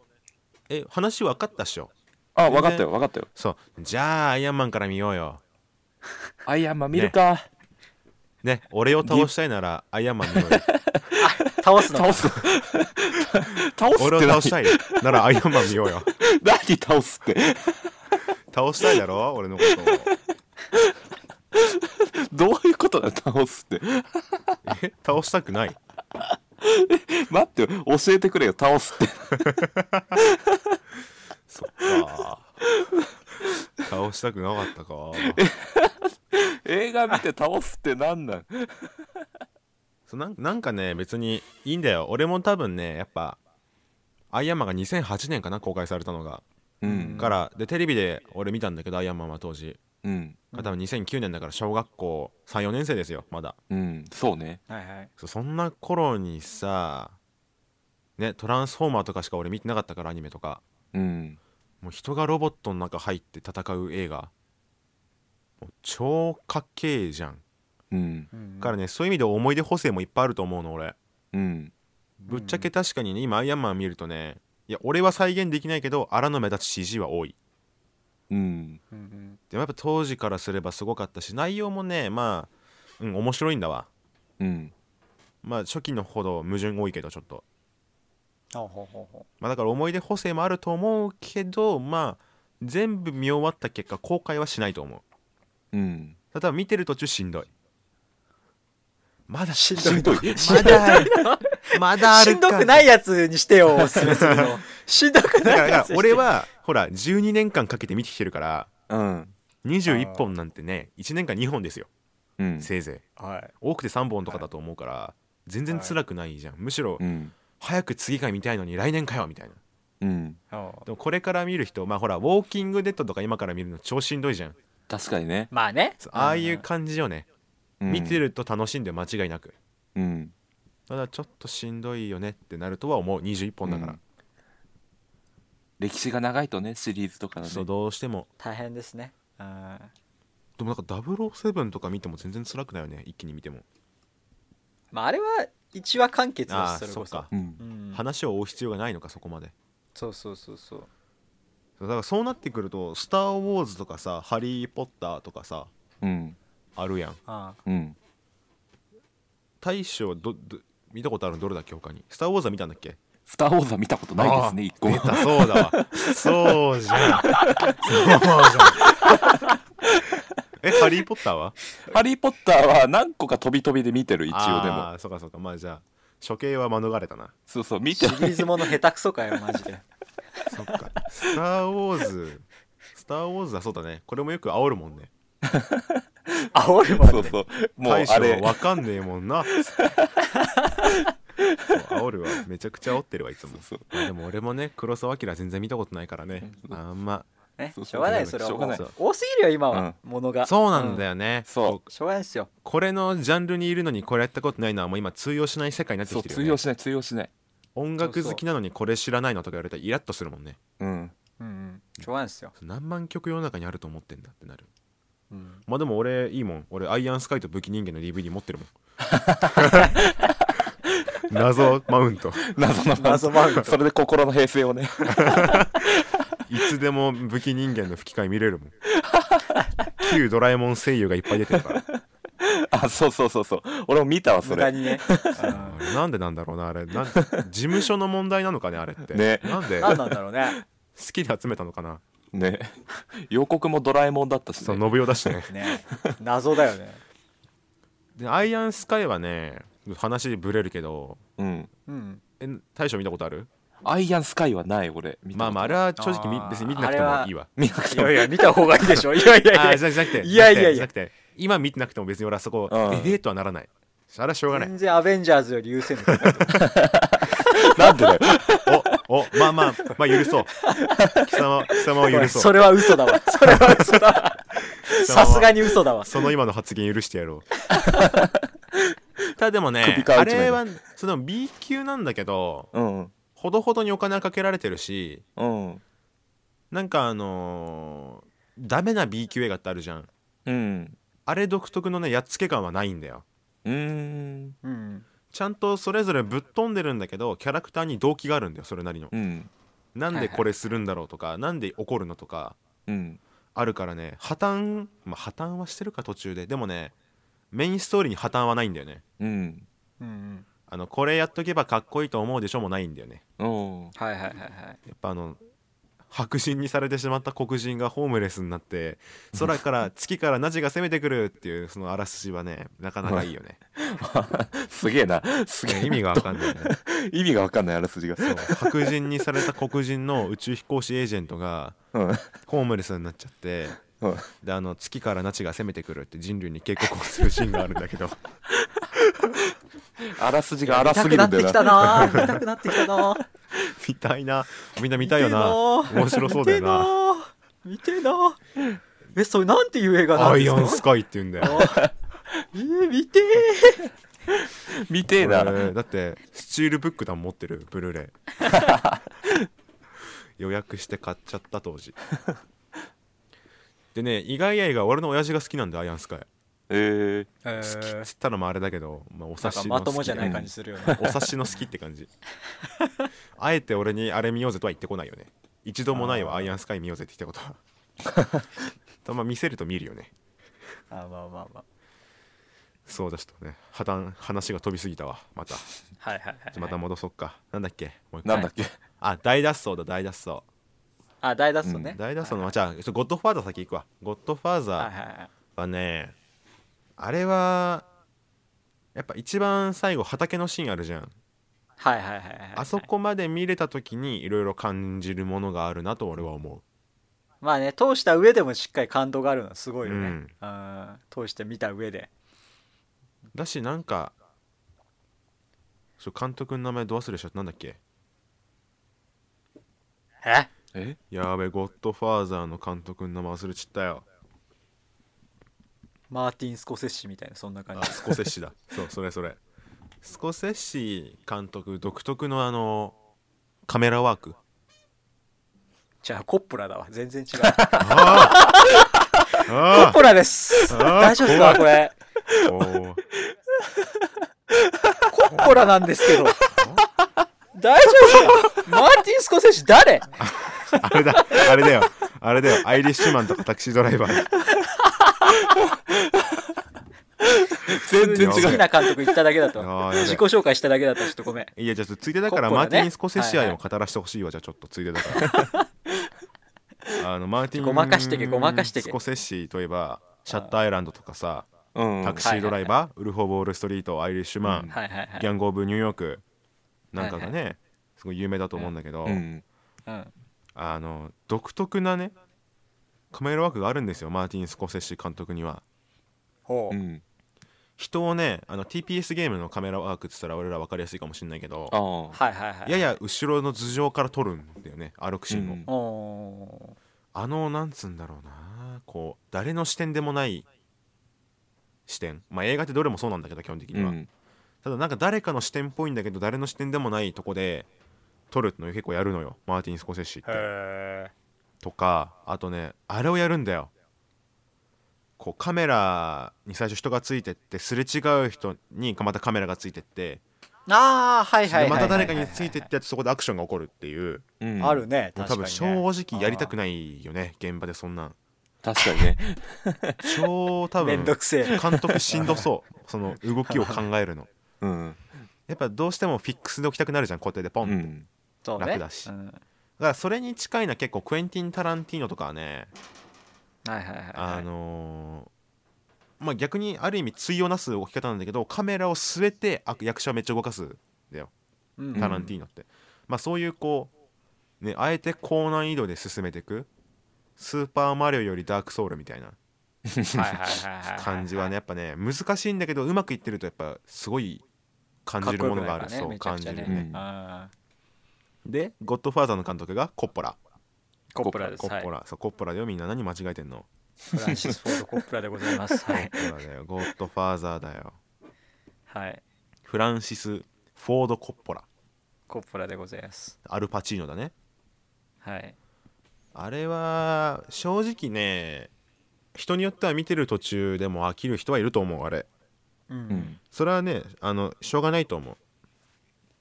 え話分かったっしょ
あ分かったよ分かったよ
そうじゃあアイアンマンから見ようよ
アイアンマン見るか、
ね俺を倒したいならアイアンマン見よう よ
あ倒すの
倒す倒 すって
俺を
何
倒したいならアイアンマン見ようよ
何倒すって
倒したいだろ俺のことを
どういうことだ倒すって
え倒したくない
待ってよ教えてくれよ倒すって
そっか倒したくなかったか
映画見て倒すってなんなん
そうなんなんかね別にいいんだよ俺も多分ねやっぱアイアンマンが2008年かな公開されたのが、
うん
からでテレビで俺見たんだけどアイアンマンは当時
うん
多分2009年だから小学校34年生ですよまだ
うんそうね
はいはい
そうそんな頃にさねトランスフォーマーとかしか俺見てなかったからアニメとか
うん
もう人がロボットの中入って戦う映画もう超かっけえじゃん、
うん
うん
からねそういう意味で思い出補正もいっぱいあると思うの俺
うん
ぶっちゃけ確かにね今アイアンマン見るとねいや俺は再現できないけど荒の目立つ CG は多い
うん
うんうん
でもやっぱ当時からすればすごかったし内容もねまあうん面白いんだわ
うん
まあ初期のほど矛盾多いけどちょっと
ほうほうほうほ
まあだから思い出補正もあると思うけどまあ全部見終わった結果後悔はしないと思う
うん
ただ見てる途中しんどいまだしん
しんどい
うまだ
まだある
しんどくないやつにしてよ、おすすめするの。しんどく
だ
な
から
い
だ
やつに
から
して
俺、 はほら12年間かけて見てきてるから
うん
21本なんてね1年間2本ですよ
うん
せいぜい
はい、
多くて3本とかだと思うから全然辛くないじゃんむしろ
うん
早く次回見たいのに来年かよみたいな
うん
でもこれから見る人まあほら「ウォーキングデッド」とか今から見るの超しんどいじゃん
確かにね、
まあね
そう。ああいう感じよね
うん
見てると楽しんで間違いなく
うん
ただちょっとしんどいよねってなるとは思う21本だから、
歴史が長いとねシリーズとかのね
そうどうしても
大変ですね。うん
でもなんか007とか見ても全然辛くないよね一気に見ても
まあ、あれは一話完結
あ
だ
あ
し、それ
そ
こ
う
そ
か。
う
うんん
話を追う必要がないのかそこまで
そうそうそうそう。
そうだからそうなってくると「スター・ウォーズ」とかさ「ハリー・ポッター」とかさ
うん
あるやん
あ
うん
大将どど見たことあるのどれだっけ他に「スター・ウォーズ」は見たんだっけ
スター・ウォーズは見たことないですね一個
出たそうだ わそうじゃんそうじゃんえハリー・ポッターは
ハリー・ポッターは何個か飛び飛びで見てる一応でも
あーそうかそうかまあじゃあ処刑は免れたな
そうそう
あ
見
シ
て
リーズもの下手くそかよ、マジで。
そっか「スター・ウォーズ」「スター・ウォーズ」だそうだねこれもよく煽るもんね
あ、俺も
そう
ね。
そうもう
大
あ
将
れ
わかんねえもんなそう煽るわめちゃくちゃ煽ってるわいつも
そう
あでも俺もね黒澤明全然見たことないからねあんま
ね
そうそう
しょうがないよ、それは
しょうがない
もう多すぎるよ、今は、ものが。
そうなんだ
よ。
よね、
そう
こ
しょうがないですよ。
これのジャンルにいるのにこれやったことないのはもう今通用しない世界になって
そう
きてるよ、
通
ね、
用しない通用しない
音楽好きなのにこれ知らないのとか言われたらイラッとするもんね
うん
うんうん。しょうがないですよ。
何万曲世の中にあると思ってんだってなる
うん
まあでも俺いいもん俺アイアンスカイと武器人間の DVD 持って るもん謎マウント
謎の
謎マウント
それで心の平静をね
いつでも武器人間の吹き替え見れるもん旧ドラえもん声優がいっぱい出てるから
あそうそうそうそう俺も見たわそ
無駄
れ
にね。
あれなんでなんだろうなあれなん事務所の問題なのかねあれって、
ね
なん
う
で
ん
好
何なんだろうね。
きで集めたのかな
ね予告もドラえもんだったし
そ
ね
の信代だしね
ね。謎だよね。
でアイアンスカイはね話ぶれるけど
うん
うん。
え大将見たことある
アイアンスカイはない俺見たこと
まあまああれは正直み
あー
別に見てなくても いいわ
見なく
い
ても
やいや、見た方がいいでしょ。いやいやい
あ
や
ー。じゃじゃなくて
いやいやいや
じゃなくてじゃなくて今見てなくても別に俺はそこ、
うん
ええーとはならないあれはしょうがない
全然アベンジャーズより優先度高い
なんでだよ
おおまあまあまあ許そう貴様貴様を許そう
それは嘘だわそれは嘘だわ
貴様は
さすがに嘘だわ
その今の発言許してやろ うただでもね
首か
あ
うちまで
れはその B 級なんだけど
うん
ほどほどにお金はかけられてるし
うん
なんかあのーダメな B 級映画ってあるじゃん
うん
あれ独特のねやっつけ感はないんだよ
うーん
うん
ちゃんとそれぞれぶっ飛んでるんだけどキャラクターに動機があるんだよそれなりの
うん
なんでこれするんだろうとかなんで怒るのとか
うん
あるからね破綻まあ破綻はしてるか途中ででもねメインストーリーに破綻はないんだよね
うん
うんうん
あのこれやっとけばかっこいいと思うでしょもないんだよね
うん
はいはいはいはい
やっぱあの白人にされてしまった黒人がホームレスになって空から月からナジが攻めてくるっていうそのあらすじはねなかなかいいよね
すげえなすげえ
ね意味がわかんないよね
意味がわかんないあらすじが
そう白人にされた黒人の宇宙飛行士エージェントが
うん
ホームレスになっちゃって
うん
であの月からナチが攻めてくるって人類に警告をするシーンがあるんだけど
あらすじが荒
見た
す
く
ぎ
な
る
っ
ん
て
だ
き
よ
たな
な
見たくなってきたな
みたいなみんな見たいよな
見てえ
面白そうだよな
見てえな見てえなえそれなんていう映画な
ア
んで
イ
す
ア
か
ンスカイって言うんだよ
えー見て
見てえな
俺だってスチールブックだもん持ってるブルーレイ 予約して買っちゃった当時でね意外や意外俺の親父が好きなんだアイアンスカイ
え
え
好きっ
ー
つったのもあれだけど、まあ、お
なん
察
か
しの
まと
好
も
き
じゃない
で
感じするよね
お察しの好きって感じあえて俺にあれ見ようぜとは言ってこないよね一度もないわ
あー
アイアンスカイ見ようぜって言ったことはたま見せると見るよね
あまあまあまあ
そうだちょっとね破綻話が飛びすぎたわまたじ
はいはいは
ゃ
い。
また戻そっかなんだっけもう一
な
回
んだっけ、
あ大脱走だ大脱走
あ、大脱走ね。
大脱走のまあじゃあちょっとゴッドファーザー先行くわゴッドファー
はい
ザ
はいはい。
ーはねあれはやっぱ一番最後畑のシーンあるじゃん
はいはいはいはい。
あそ。こまで見れた時にいろいろ感じるものがあるなと俺は思う
まあね、通した上でもしっかり感動があるのはすごいよ
う
ね
ん。
うん。通して見た上で。
だしなんかそう監督の名前ど忘れしちゃったなんだっけ
え
え
やべゴッドファーザーの監督の名前忘れちったよ
マーティン・スコセッシみたいな、そんな感
あ
じ。
スコセッ シだそうそれそれスコセッシ監督独特のあのカメラワーク
じゃあ、コップラだわ。全然違う。
あー
コ
あ
ップラです。
あー
大丈夫ですかこれ。
ーおー
コップラなんですけど。 大丈夫ですかマーティン・スコセッシ誰
あれだあれだよあれだよアイリッシュマンとかタクシードライバー
全然
好
違
き
う
な監督言っただけだと
あーやべ。
自己紹介しただけだと、ちょっとごめん。
いやじゃあちょっとついでだから、
コッポ
マ
ラ
ー
ね
ティン・スコセッシア
はい
に
は
も
い
語らせてほしいわじゃあちょっとついでだから あのマーティン・
ごまかしてけごまかしてけ
スコセッシといえばシャッターアイランドとかさ
うん
タクシードライバー、ウルフ・オブ・ウォール・ストリートアイリッシュマン、
うん
はいはいはい
ギ。ャング・オブ・ニューヨークなんかがね、
は
すごい有名だと思うんだけど、
うん
うん
あの独特なねカメラワークがあるんですよマーティン・スコセッシ監督には
ほ
う
う。
ん
人をねあの TPS ゲームのカメラワークって言ったら俺ら分かりやすいかもしれないけど
ああ
はいはいはい。
やや後ろの頭上から撮るんだよね歩くシーンを、
うん
お
あのなんつうんだろうなこう誰の視点でもない視点まあ映画ってどれもそうなんだけど基本的
う
には、
ん
ただなんか誰かの視点っぽいんだけど誰の視点でもないとこで撮るってのを結構やるのよマーティン・スコセッシって
へ
とかあとねあれをやるんだよこうカメラに最初人がついてってすれ違う人にまたカメラがついてって
ああはいはいは
で
いは
ま
いは
た
いはい
誰かについてってやってそこでアクションが起こるっていう
うん
あるね
もう
確か
多
に、
分
ね、
正直やりたくないよね現場でそんなん
確かにね
超多
めん
分
どくせえ
監督しんどそうその動きを考えるの
うん
やっぱどうしてもフィックスで置きたくなるじゃん固定でポン
う
って、だ
ん
そうね
楽だし
うん
からそれに近いのは結構クエンティン・タランティーノとかはね
はいはいはいはい
あのーまあ逆にある意味対をなす置き方なんだけどカメラを据えてあ役者をめっちゃ動かす
うん
タランティーノって、まあそういうこうねあえて高難易度で進めていくスーパーマリオよりダークソウルみたいな
はいはいはいはい
感じはねやっぱね難しいんだけどうまくいってるとやっぱすごい感じるものがあ
か
る
っ
そ
こ
う
よくな
感
る
じ
からね
る
めちゃくちゃね
う
ね
ん
あー
でゴッドファーザーの監督がコッポラ
コップラです
コッポ
はい
ラそうコッポラだよみんな何間違えてんの
フランシス・フォード・コップラでございます
コ
はい、
ッポラだよゴッドファーザーだよ
はい、
フランシス・フォード・コッポラ
コップラでございます
アルパチーノだね
はい
あれは正直ね人によっては見てる途中でも飽きる人はいると思うあれ
うん、
うん
それはねあのしょうがないと思う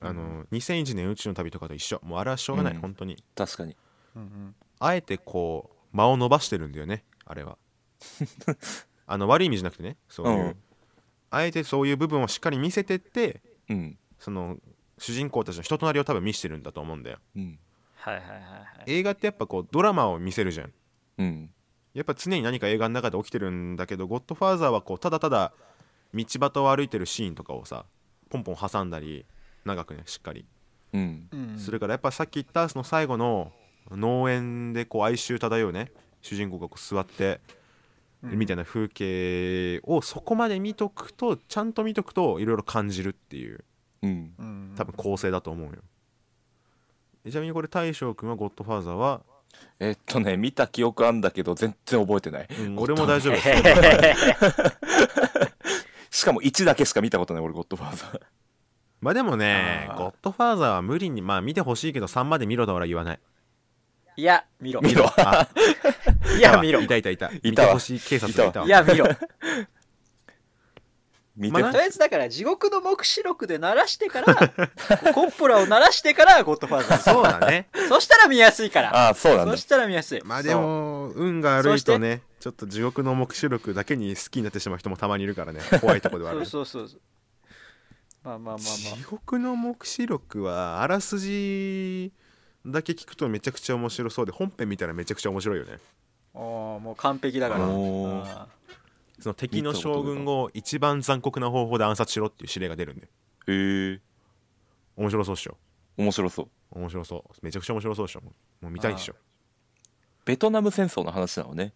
あの2001年宇宙の旅とかと一緒もうあれはしょうがない、
うん
本当に
確かに
うんうん
あえてこう間を伸ばしてるんだよねあれ はあの悪い意味じゃなくてねそういう、
うん
あえてそういう部分をしっかり見せてって
うん
その主人公たちの人となりを多分見せてるんだと思うんだよ
うん
はいはいはいはい
映画ってやっぱこうドラマを見せるじゃん
うん
やっぱ常に何か映画の中で起きてるんだけど「ゴッドファーザー」はこうただただ道端を歩いてるシーンとかをさポンポン挟んだり長くねしっかり
うん
うん
するからやっぱさっき言ったその最後の農園でこう哀愁漂うね主人公がこう座って
うん
みたいな風景をそこまで見とくとちゃんと見とくといろいろ感じるっていう
うん
うん
多分構成だと思うよちなみにこれ大将君は「ゴッドファーザーは」
えっとね見た記憶あんだけど全然覚えてない
うん俺も大丈夫です
しかも1だけしか見たことない俺ゴッドファーザー
まあでもね
あー
「ゴッドファーザー」は無理にまあ見てほしいけど3まで見ろとは俺は言 わない
いや見ろ
見ろ
あ
いや見ろ
いたいたいた
い
見
た
て
わ
ほしい警察がいたわ
いや見ろ
見
ま
て
あ
とりあえずだから地獄の黙示録で鳴らしてからコップラを鳴らしてからゴッドファーザー
そうだね
そしたら見やすいから
ああそうなんだ
そしたら見やすい
まあでもの運が悪いとねちょっと地獄の目視録だけに好きになってしまう人もたまにいるか らね怖いとこではあ
そ
る
うそうそうそうまあまあまあ
地獄の目視録はあらすじだけ聞くとめちゃくちゃ面白そうで本編見たらめちゃくちゃ面白いよね
まあおーもう完璧だから
おー
あ
その敵の将軍を一番残酷な方法で暗殺しろっていう指令が出るんで
へえ
面白そうっしょ
面白そう
面白そうめちゃくちゃ面白そうっしょもうもう見たいっしょ
ベトナム戦争の話なのね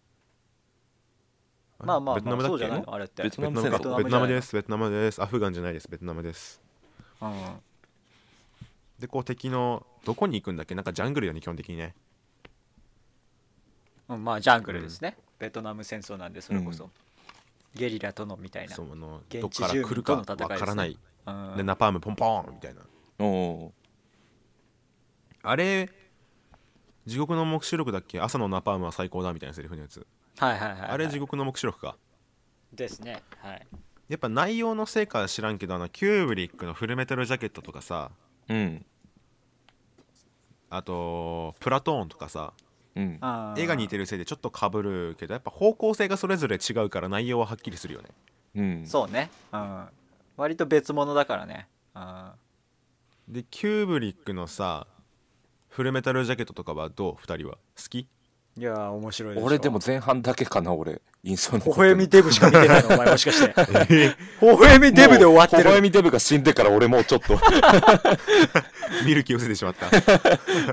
ーまあまあ
ベトナ
まあ
ムだ
そ
っ
うじ
け
ゃないのあれって
ベト
ベ
ナ
ト
ム
ナ
戦
ム
争
かベトナムですベトナムですアフガンじゃないですベトナムです
うん
でこう敵のどこに行くんだっけなんかジャングルよね基本的にね
うん、まあジャングルですね、ベトナム戦争なんでそれこそ、
う
ゲリラとのみたいな
その
現地
どっから来るかわからない
うん
でナパームポンポーンみたいな
おお
あれ地獄の目視録だっけ朝のナパームは最高だみたいなセリフのやつ
はいはいはい、はい、
あれ地獄の目視録か
ですねはい
やっぱ内容のせいかは知らんけどあのキューブリックのフルメタルジャケットとかさ
うん
あとプラトーンとかさ
うん
あー
絵が似てるせいでちょっとかぶるけどやっぱ方向性がそれぞれ違うから内容ははっきりするよね
うん
そうね、うん、割と別物だからね、うん、
でキューブリックのさフルメタルジャケットとかはどう2人は好き
いやー面白い
俺でも前半だけかな俺印象の
微笑みデブしか見てないのお前もしかして 微笑みデブで終わって
ほほえ
る
みデブが死んでから俺もうちょ っと
見る気をせてしまった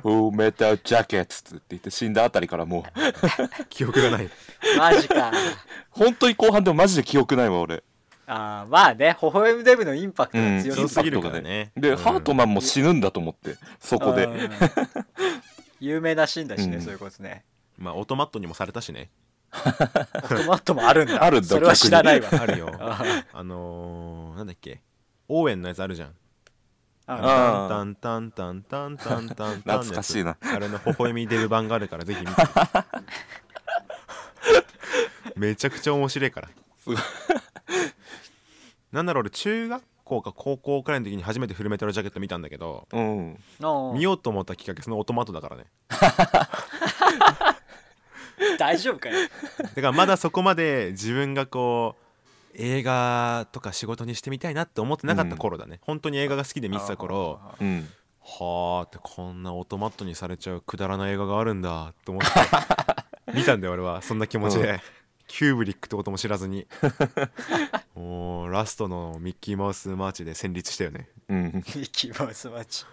おーメタルジャケットって言って死んだあたりからもう
記憶がない
マジか
本当に後半でもマジで記憶ないわ俺
あーまあね微笑みデブのインパクトが強
強
す
す
ぎ
ぎ
る、
るからね
で、
うん
ハートマンも死ぬんだと思ってそこ
うん
で
有名なシーンだしね、
うん
そういうことね
まあオートマットにもされたしね
オートマットもあるんだ
あるんだ
それは知らないわ
あるよ
あ
あのー、なんだっけオーウェンのやつあるじゃん
あ
あー
タンタンタンタンタンタンタンタン
懐かしいな
のやつあれの微笑み出る版があるからぜひ見てめちゃくちゃ面白いから
すごい
なんだろう俺中学校か高校くらいの時に初めてフルメタルジャケット見たんだけど
うん
の
見ようと思ったきっかけそのオートマットだからね
大丈夫かよ
だからまだそこまで自分がこう映画とか仕事にしてみたいなって思ってなかった頃だね、本当に映画が好きで見てた頃
あー
うん
はあってこんなオートマットにされちゃうくだらない映画があるんだと思って見たんだよ俺はそんな気持ちで、キューブリックってことも知らずにもうラストのミッキーマウスマーチで戦慄したよね
うん
ミッキーマウスマッチ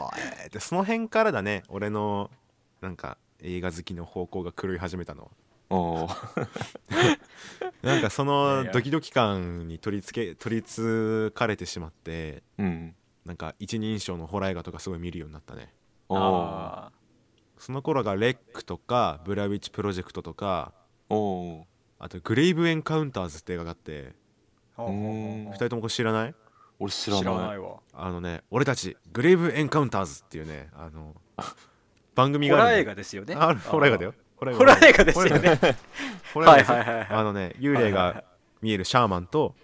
はいでその辺からだね俺のなんか映画好きの方向が狂い始めたのは
おー
なんかそ
いや
の
いや
ドキドキ感に取り付け取りつかれてしまって
うん
なんか一人称のホラー映画とかすごい見るようになったね
おー
あ
その頃が「レック」とか「ブラウィッチプロジェクト」とか
おー
あと「グレイブ・エンカウンターズ」って映画があって
ーほうほうほうほう
2人ともこれ知らない
俺知ら
知ら
な
ないいわ
あのね「俺たちグレイブ・エンカウンターズ」っていうねあの番組
ホ
が
ラー
ある
映
の
画ですよね
あるホラー映画だよホラ
ホラー映画ですよね
ホ
はい
ラー映画です
はいはいはい
あのね幽霊が見えるシャーマンと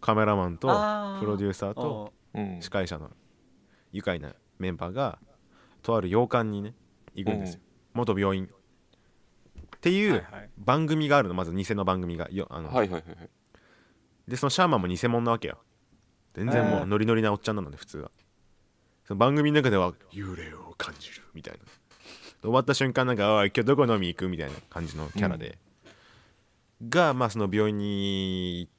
カメラマンと
あー
プロデューサーと
うん
司会者の愉快なメンバーがとある洋館にね行くんですよ、元病院ってい
はいうはい
番組があるのまず偽の番組がよあの、
はいはいはいはい
でそのシャーマンも偽物なわけよ全然も
え
う
ー
ノリノリなおっちゃんなので普通はその番組の中では幽霊を感じるみたいなで終わった瞬間なんか「おい今日どこ飲み行く?」みたいな感じのキャラで、がまあその病院に行っ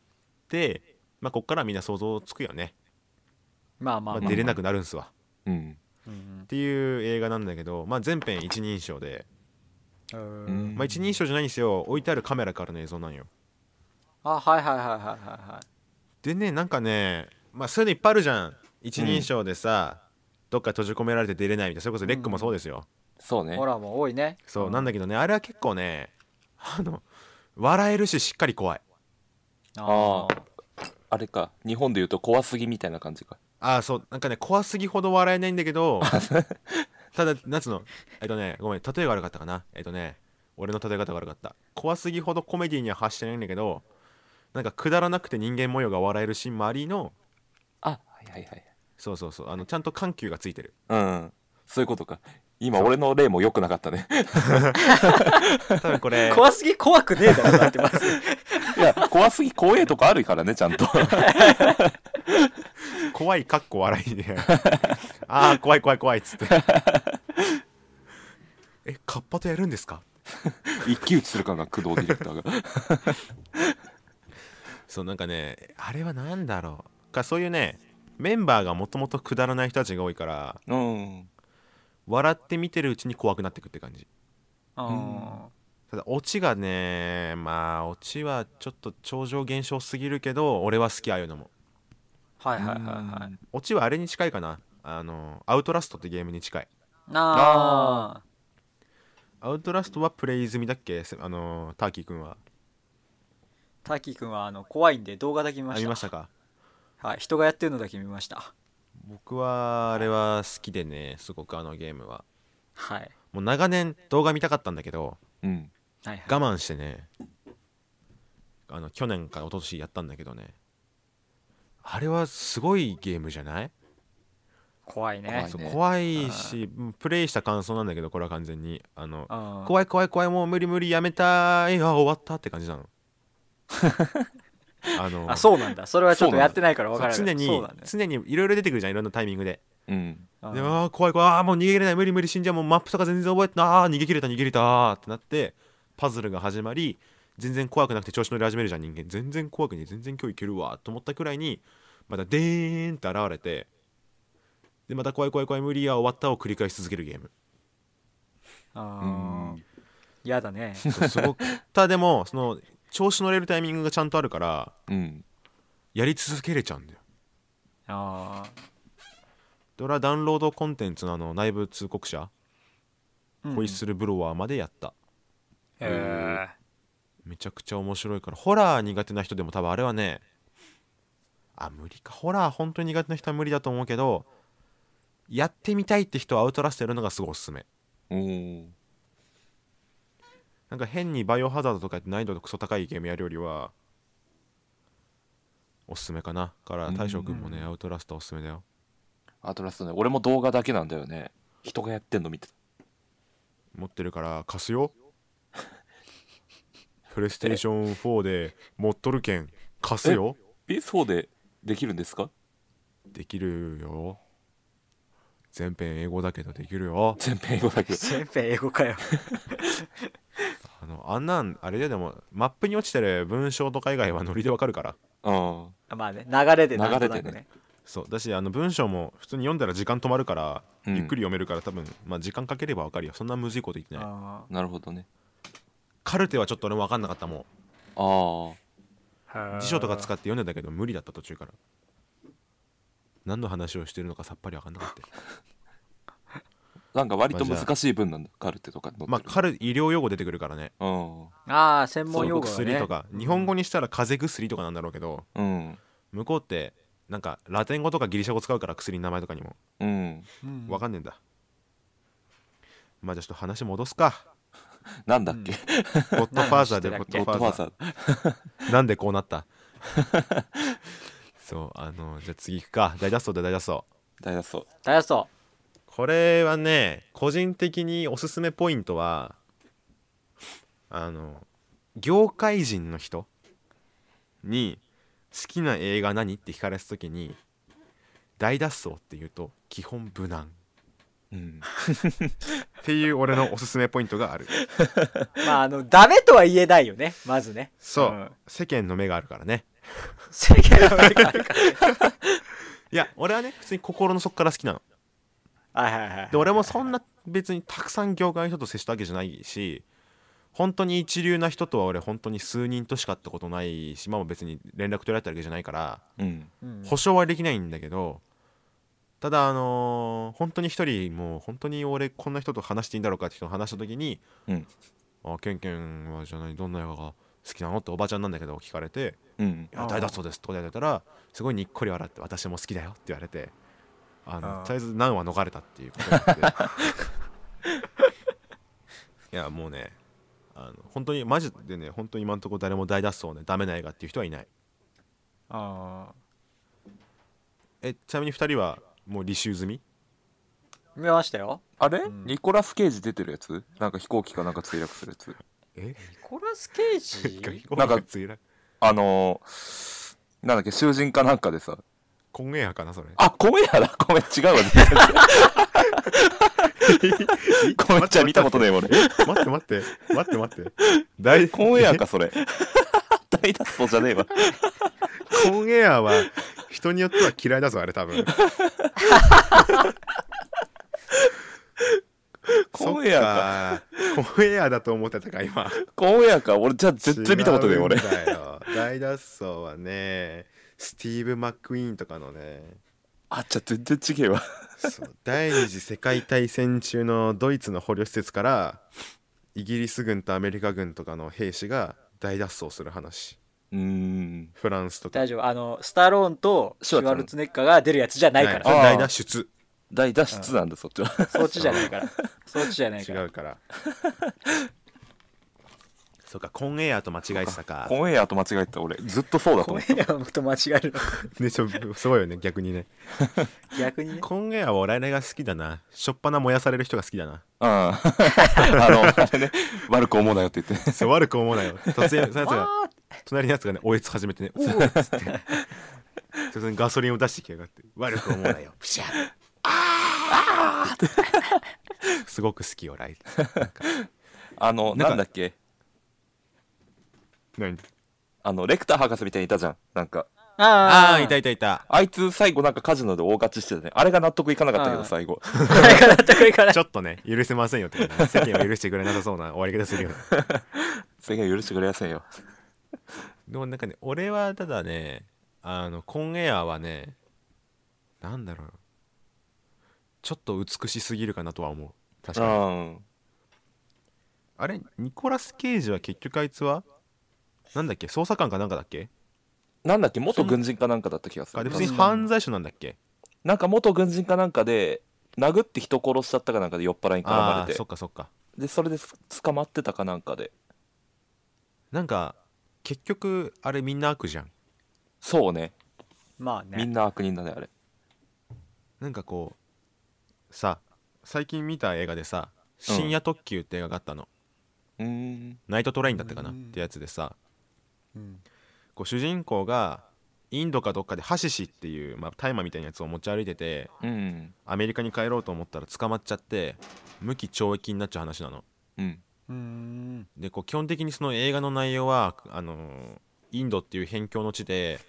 てまあこっからみんな想像つくよね、
まあま
ま
あ
あ、
まあ
出れなくなるんすわ
うん
うん
っていう映画なんだけど、まあ、全編一人称で、
うん
うん
まあ、一人称じゃないんですよ置いてあるカメラからの映像なんよ
あはいはいはいはいはいはい
でねなんかね、まあ、そういうのいっぱいあるじゃん一人称でさ、どっか閉じ込められて出れないみたいなそれこそレックもそうですよ、
そうね
ホラーも多いね
そうなんだけどねあれは結構ねあの笑えるししっかり怖い
あー
あれか日本で言うと怖すぎみたいな感じか
ああそうなんかね怖すぎほど笑えないんだけどただ夏のえっとねごめん例えが悪かったかなえっとね俺の例え方が悪かった怖すぎほどコメディには発してないんだけどなんかくだらなくて人間模様が笑えるシーンもありの
あはいはいはい
そうそうそうあのちゃんと緩急がついてる
うんそういうことか今俺の例も良くなかったね
多分これ
怖すぎ怖くねえだろだってま ず
いや怖すぎ怖えとかあるからねちゃんと
怖いかっこ笑いでああ怖い怖い怖いっつって えカッパとやるんですか
一騎打ちする感が工藤ディレクターが
そうなんかねあれは何だろうかそういうねメンバーがもともとくだらない人たちが多いから
うん
笑って見てるうちに怖くなってくって感じ
あ
ただオチがねまあオチはちょっと超常現象すぎるけど俺は好きああいうのも
ーはいはいはいはい
オチはあれに近いかなあのアウトラストってゲームに近い
あ
アウトラストはプレイ済みだっけせあのターキーくんは
ーターキーくんはあの怖いんで動画だけ見ま
あ
し
り
た
ましたか
はい人がやってるのだけ見ました
僕はあれは好きでねすごくあのゲームは
はい
もう長年動画見たかったんだけど
うん
はいはい
我慢してねあの去年から一昨年やったんだけどねあれはすごいゲームじゃない
怖いね
そう
ね
怖いしうんプレイした感想なんだけどこれは完全にあの
うん
怖い怖い怖いもう無理無理やめたいあ終わったって感じ なのあの
あそうなんだそれはちょっと
そうなんだ
やってないから分からない
常に、
そうだね
常にいろいろ出てくるじゃんいろんなタイミングで
うん
で
うん
あー怖い怖いあーもう逃げれない無理無理死んじゃうもうマップとか全然覚えてないあー逃げ切れた逃げれたーってなってパズルが始まり全然怖くなくて調子乗り始めるじゃん人間全然怖くねえ全然今日いけるわと思ったくらいにまたでーんって現れてでまた怖い怖い怖い無理や終わったを繰り返し続けるゲーム
あーやだね
そうすごくただでも その調子乗れるタイミングがちゃんとあるから
うん
やり続けれちゃうんだよ
ああ
で俺はダウンロードコンテンツのあの内部通告者ホイッスルブロワーまでやった、
へえ
めちゃくちゃ面白いからホラー苦手な人でも多分あれはねあ無理かホラー本当に苦手な人は無理だと思うけどやってみたいって人はアウトラストやるのがすごいおすすめ
おー
なんか変にバイオハザードとかやって難易度がクソ高いゲームやるよりはおすすめかなだから大将君もねアウトラストおすすめだよ
アトラストね俺も動画だけなんだよね人がやってんの見て
持ってるから貸すよプレイステーション4で持っとるけん貸すよ
PS4 でできるんですか
できるよ全編英語だけどできるよ
全編英語だ けど
全編英語かよ
あのあんなんあれででもマップに落ちてる文章とか以外はノリでわかるから
うん
まあね流れでなんとな
流れ
く
て
ね
そうだしあの文章も普通に読んだら時間止まるから、
うん
ゆっくり読めるから多分、まあ、時間かければわかるよそんなむずいこと言ってない
あ
なるほどね
カルテはちょっと俺もわかんなかったも
ああ
ー
ん辞書とか使って読んでたけど無理だった途中から何の話をしてるのかさっぱりわかんなかったよ
なんか割と難しい分なんだカルテとか載ってる
まあカル医療用語出てくるからね
うん
ああ専門
そう
用語だ
薬
ね
とか日本語にしたら風邪薬とかなんだろうけど
うん
向こうってなんかラテン語とかギリシャ語使うから薬の名前とかにも
うん
うん
わかんねえんだ、まあじゃあちょっと話戻 すか
なんだっけ、
ゴッドファーザーで
何
ゴ
の
ッド
話
フ
ゴ
ァ
ッドフ
ー
ァーザ
ザ
ー
ーなんでこうなった そうあのじゃあ次行くか大脱走で大脱走
大脱走
大丈夫
これはね個人的におすすめポイントはあの業界人の人に好きな映画何って聞かれた時に大脱走って言うと基本無難
う
っ
ん
ていう俺のおすすめポイントがある
まああのダメとは言えないよねまずね
そう、
ん
世間の目があるからね
世間の目があるから
いや俺はね普通に心の底から好きなの
はいはいはい
で俺もそんな別にたくさん業界の人と接したわけじゃないし本当に一流な人とは俺本当に数人としか会ったことないし今も別に連絡取られたわけじゃないから
うん
うん
保証はできないんだけどただあのー本当に一人もう本当に俺こんな人と話していいんだろうかって人と話した時に
うん
「あケンケンはじゃあ何どんな映画が好きなの?」っておばちゃんなんだけど聞かれて
うん
「いや
あー
大脱走です」とか言われたらすごいにっこり笑って「私も好きだよ」って言われてあの
あー
とりあえず難は逃れたっていうことになって いやもうねあの本当にマジでね本当に今のところ誰も大脱走ねダメな映画っていう人はいない
あ
えちなみに2人はもう履修済み
見ましたよ
あれ、
うん
ニコラス・ケイジ出てるやつなんか飛行機かなんか墜落するやつ
え
ニコラス・ケイジ
なんかついら
あのー、なんだっけ囚人かなんかでさ
今夜かなそれ
あ米やだ米違うわ全然 米ちゃん見たことねえもんね
待って待って待って待って 大
米やかそれ 大脱走じゃねえわ
コンエアは人によっては嫌いだぞあれ多分
コンエア
かコンエアだと思ってたか今
米やか俺じゃあ絶対見たことねえ俺
違うんだよ大脱走はねスティーブ・マック・イーンとかのね
あじゃあ全然違えわ
そう第二次世界大戦中のドイツの捕虜施設からイギリス軍とアメリカ軍とかの兵士が大脱走する話
うーん
フランスとか
大丈夫あのスタローンとシュワルツェネッカーが出るやつじゃないか
それ
ら
あ
大脱出
大脱出なんだそっちは
そっちじゃないからそっちじゃない
違
から
うから そうかコンエアと間違えてたか
コンエアと間違えてた俺ずっとそうだと
コ
思
ン
う
エアのこと間違えるの
ねちょすごいよね逆にね
逆にね
コンエアは俺が好きだなしょっぱな燃やされる人が好きだな
うん あのあれね悪く思うなよって言って
そう悪く思うなよ突 然そのやつ
わ
が
ーって
隣のやつがね追いつ始めてね「おお!」っつって突然ガソリンを出してきやがって悪く思う なよプシャッすごく好きよライ
あの
なんか
なんだっけ
何
あのレクター博士みたいにいたじゃんなんか
あ
あ
ー
ーいたいたいた
あいつ最後なんかカジノで大勝ちしてたねあれが納得いかなかったけ
う
ど
ん
最後
これからこれから
ちょっとね許せませんよってね、世間は許してくれなさそうな終わり方するよね
世界許してくれやせんよ
でもなんかね俺はただねあのコンエアはねなんだろうちょっと美しすぎるかなとは思う確
う
かに
ん
あれニコラス・ケイジは結局あいつはなんだっけ捜査官かなんかだっけ
なんだっけ元軍人かなんかだった気がす
あ
る
れ別に犯罪者なんだっけ
なんか元軍人かなんかで殴って人殺しちゃったかなんかで酔っ払いに絡ま
ああ
れ
ー
て
そっかそっか
でそれで捕まってたかなんかで
なんか結局あれみんな悪じゃん
そうね
まあ
みん
ね
な悪人だねあれ
なんかこうさ最近見た映画でさ「深夜特急」って映画があったの、
うーん
ナイトトレインだったかなっ
うん
てやつでさ
うん
こう主人公がインドかどっかでハシシっていう、まあ、大麻みたいなやつを持ち歩いてて
うん
アメリカに帰ろうと思ったら捕まっちゃって無期懲役になっちゃう話なの
うん
うーん
でこう基本的にその映画の内容はあのーインドっていう辺境の地で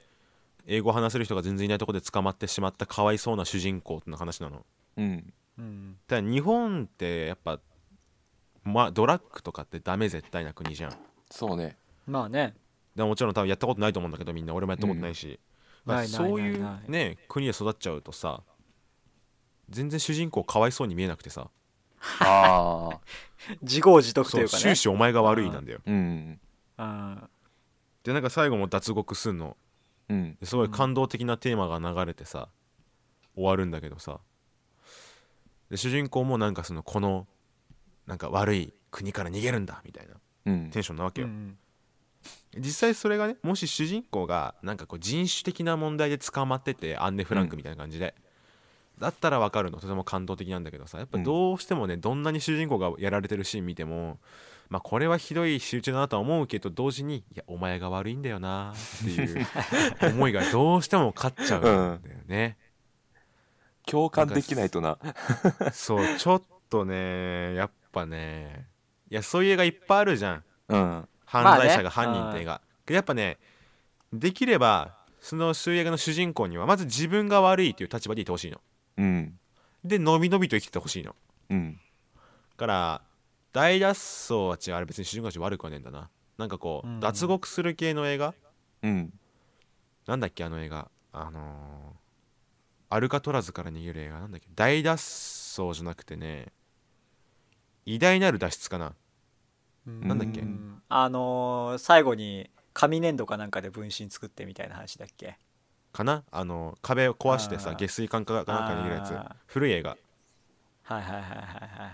英語を話せる人が全然いないところで捕まってしまったかわいそうな主人公っての話なの
うん
うん
ただ日本ってやっぱ、まあ、ドラッグとかってダメ絶対な国じゃん
そうね
まあね
でももちろん多分やったことないと思うんだけどみんな俺もやったことないし、だか
な
ら
いない
そうい
ないな
う
い
ね国で育っちゃうとさ全然主人公かわいそうに見えなくてさ
ああ
自業自得と
そ
いううかね
終始お前が悪いなんだよ
うん
あ
でなんか最後も脱獄すんの
うん
ですごい感動的なテーマが流れてさ終わるんだけどさで主人公もなんかそのこのなんか悪い国から逃げるんだみたいな
うん
テンションなわけ
ーう
よ、
ん
実際それがねもし主人公がなんかこう人種的な問題で捕まっててアンネ・フランクみたいな感じで、だったらわかるのとても感動的なんだけどさやっぱ
うん
どうしてもね、どんなに主人公がやられてるシーン見てもまあこれはひどい仕打ちだなとは思うけど同時にいやお前が悪いんだよなっていう 思いがどうしても勝っちゃうんだよね、
共感できないとな
そうちょっとねやっぱねいやそういう映画いっぱいあるじゃん
うん
犯罪者が犯人って映画、やっぱねできればその主役の主人公にはまず自分が悪いという立場でいてほしいの
うん
でのびのびと生きててほしいの
うん
だから大脱走は違うあれ別に主人公たち悪くはねえんだななんかこう、
うん
脱獄する系の映画
うん
なんだっけあの映画あのーアルカトラズから逃げる映画なんだっけ大脱走じゃなくてね偉大なる脱出かな
うん
なんだっけ
うんあのー最後に紙粘土かなんかで分身作ってみたいな話だっけ
かなあのー壁を壊してさ
あー
下水管かなんかに逃げるやつ
あー
古い映画
はいはいはいはいはいはい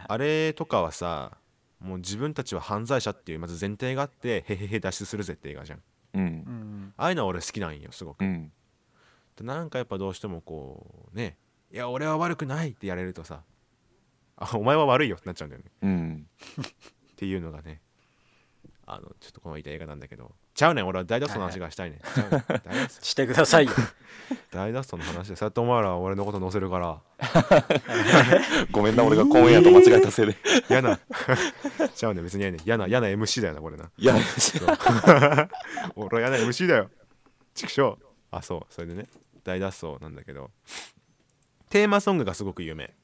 あれとかはさもう自分たちは犯罪者っていうまず前提があってへへへ脱出するぜって映画じゃん
う
うんん
ああいうのは俺好きなんよすごく
うん
でなんかやっぱどうしてもこうねいや俺は悪くないってやれるとさあお前は悪いよってなっちゃうんだよね
うん
っていうのがねあのちょっとこの言いたい映画なんだけどちゃうねん俺は大脱走の話がしたいねんちゃうねん大脱走
してくださいよ
大脱走の話でそうやってお前らは俺のこと載せるから
ごめんな俺が公演やと間違えたせいで
嫌な ちゃうねん別に嫌ねん嫌な嫌な MC だよなこれない
や
そう俺は嫌な MC だよ畜生あそうそれでね大脱走なんだけどテーマソングがすごく有名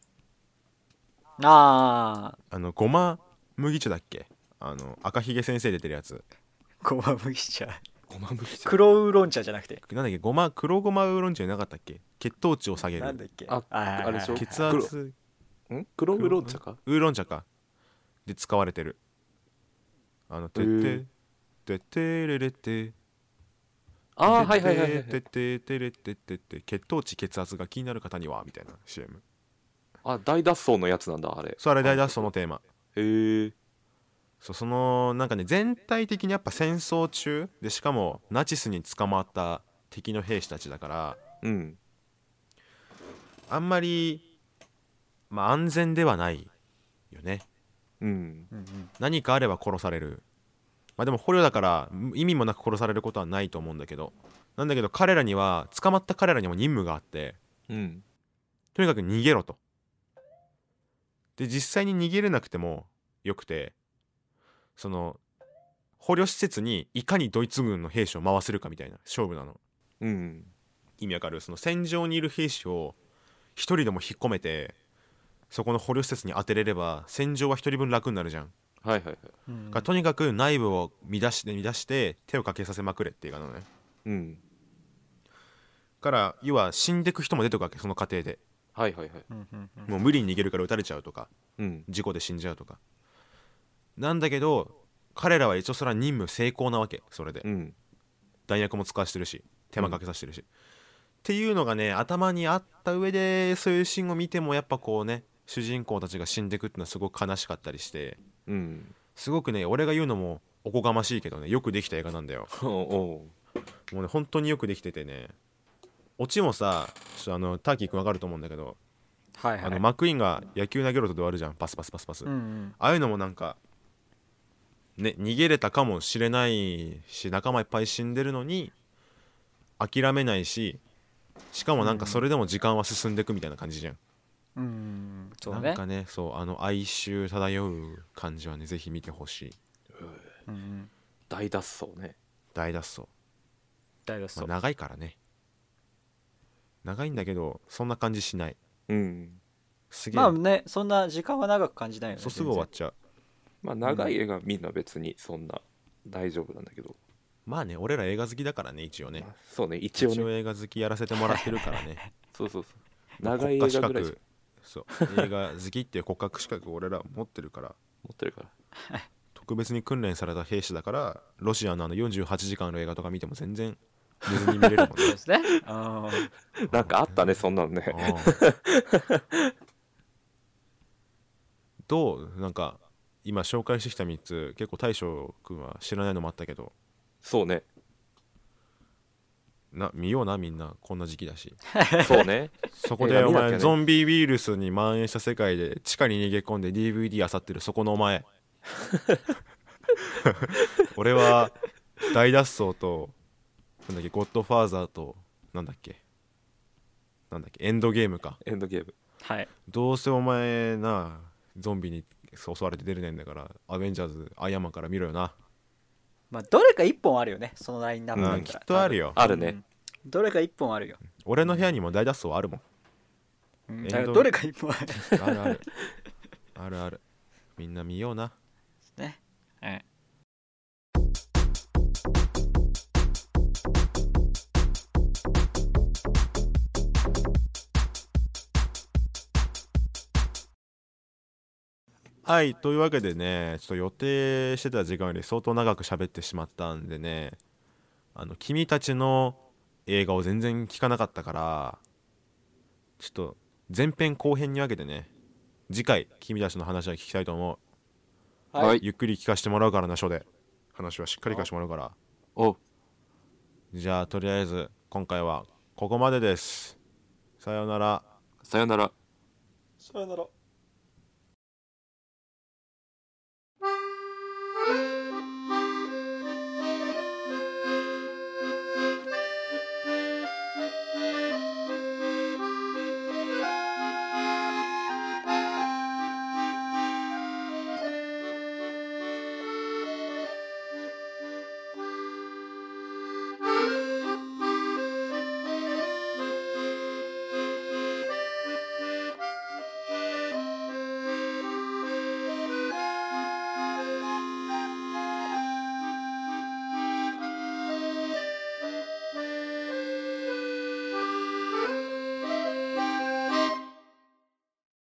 ああ
あのごま麦茶だっけあの赤ひげ先生出てるやつ
ごま麦茶
ごまぶきちゃ
黒ウーロン茶じゃなくて
なんだっけごま黒ごまウーロン茶じゃなかったっけ血糖値を下げ
なんだ
る
っけ
あ
はいはいはい
あれでしょ
血圧
ん黒ウーロン茶か
ウーロン茶かで使われてるあの「てってててれれて」
ああはいはいはいはいは
て
い
ててれててて血糖値血圧が気になる方にはみたいな CM
あ大脱走のやつなんだあれ
それ大脱走のテーマ
へえ
そうそのなんかね全体的にやっぱ戦争中でしかもナチスに捕まった敵の兵士たちだから
うん
あんまり、まあ、安全ではないよね
うん
うんうん
何かあれば殺されるまあでも捕虜だからむ意味もなく殺されることはないと思うんだけどなんだけど彼らには捕まった彼らにも任務があって
うん
とにかく逃げろとで実際に逃げれなくてもよくてその捕虜施設にいかにドイツ軍の兵士を回せるかみたいな勝負なの
うん
意味わかるその戦場にいる兵士を一人でも引っ込めてそこの捕虜施設に当てれれば戦場は一人分楽になるじゃん
はいはいはい
うん
がとにかく内部を乱して乱して手をかけさせまくれっていうかのね
うん
から要は死んでく人も出てくわけその過程で
はいはいはい
うんうんうん
もう無理に逃げるから撃たれちゃうとか
うん
事故で死んじゃうとかなんだけど彼らは一応それは任務成功なわけそれで
うん
弾薬も使わしてるし手間かけさせてるし、っていうのがね頭にあった上でそういうシーンを見てもやっぱこうね主人公たちが死んでくっていうのはすごく悲しかったりして
うん
すごくね俺が言うのもおこがましいけどねよくできた映画なんだよ
おお
もうね本当によくできててねオチもさちょっとあのターキーくんわかると思うんだけど、
はいはい
あのマックイーンが野球投げろとで終わるじゃんパスパスパスパス、
うんうん
ああいうのもなんかね逃げれたかもしれないし仲間いっぱい死んでるのに諦めないししかもなんかそれでも時間は進んでいくみたいな感じじゃん、
うんうんそう
な
ね
んかねそうあの哀愁漂う感じはねぜひ見てほしい
うんうん
大脱走ね
大脱走、
大脱
まあ
走
長いからね長いんだけどそんな感じしない
うん
すげえ、
まあねそんな時間は長く感じないよね
そうすぐ終わっちゃう
まあ長い映画みんな別にそんな大丈夫なんだけど
まあね俺ら映画好きだからね一応ね
まあそうね一
一
応
応
ね
映画好きやらせてもらってるからね
そうそうそう長い映画ぐらいしか
そう映画好きっていう骨格資格を俺ら持ってるから
持ってるから
特別に訓練された兵士だからロシアのあの48時間の映画とか見ても全 然別に見れるもん
そう
ね
ですねあー
なんかあったねそんなのね
うんどうなんか今紹介してきた3つ結構大将君は知らないのもあったけど
そうね
な見ようなみんなこんな時期だし
そうね
そこ
映
で
画
お
見なきゃね
前ゾンビウイルスに蔓延した世界で地下に逃げ込んで DVD 漁ってるそこのお前俺は大脱走となんだっけゴッドファーザーとなんだっけなんだっけエンドゲームか
エンドゲーム
はい
どうせお前なゾンビに襲われて出れないんだからアベンジャーズアイアンマンから見ろよな、
まあどれか一本あるよねそのラインナップだった
うん、
ら
きっとあるよ
あるね
うんどれか一本あるよ
俺の部屋にも大脱走はあるもん
うん
遠
だから
藤
どれか一本ある
ある あるあるあるみんな見ような
ねはい
はいというわけでねちょっと予定してた時間より相当長く喋ってしまったんでねあの君たちの映画を全然聞かなかったからちょっと前編後編に分けてね次回君たちの話は聞きたいと思う、
はい
ゆっくり聞かせてもらうからなショーで話はしっかり聞かせてもらうから
お
じゃあとりあえず今回はここまでですさようなら
さよなら
さよなら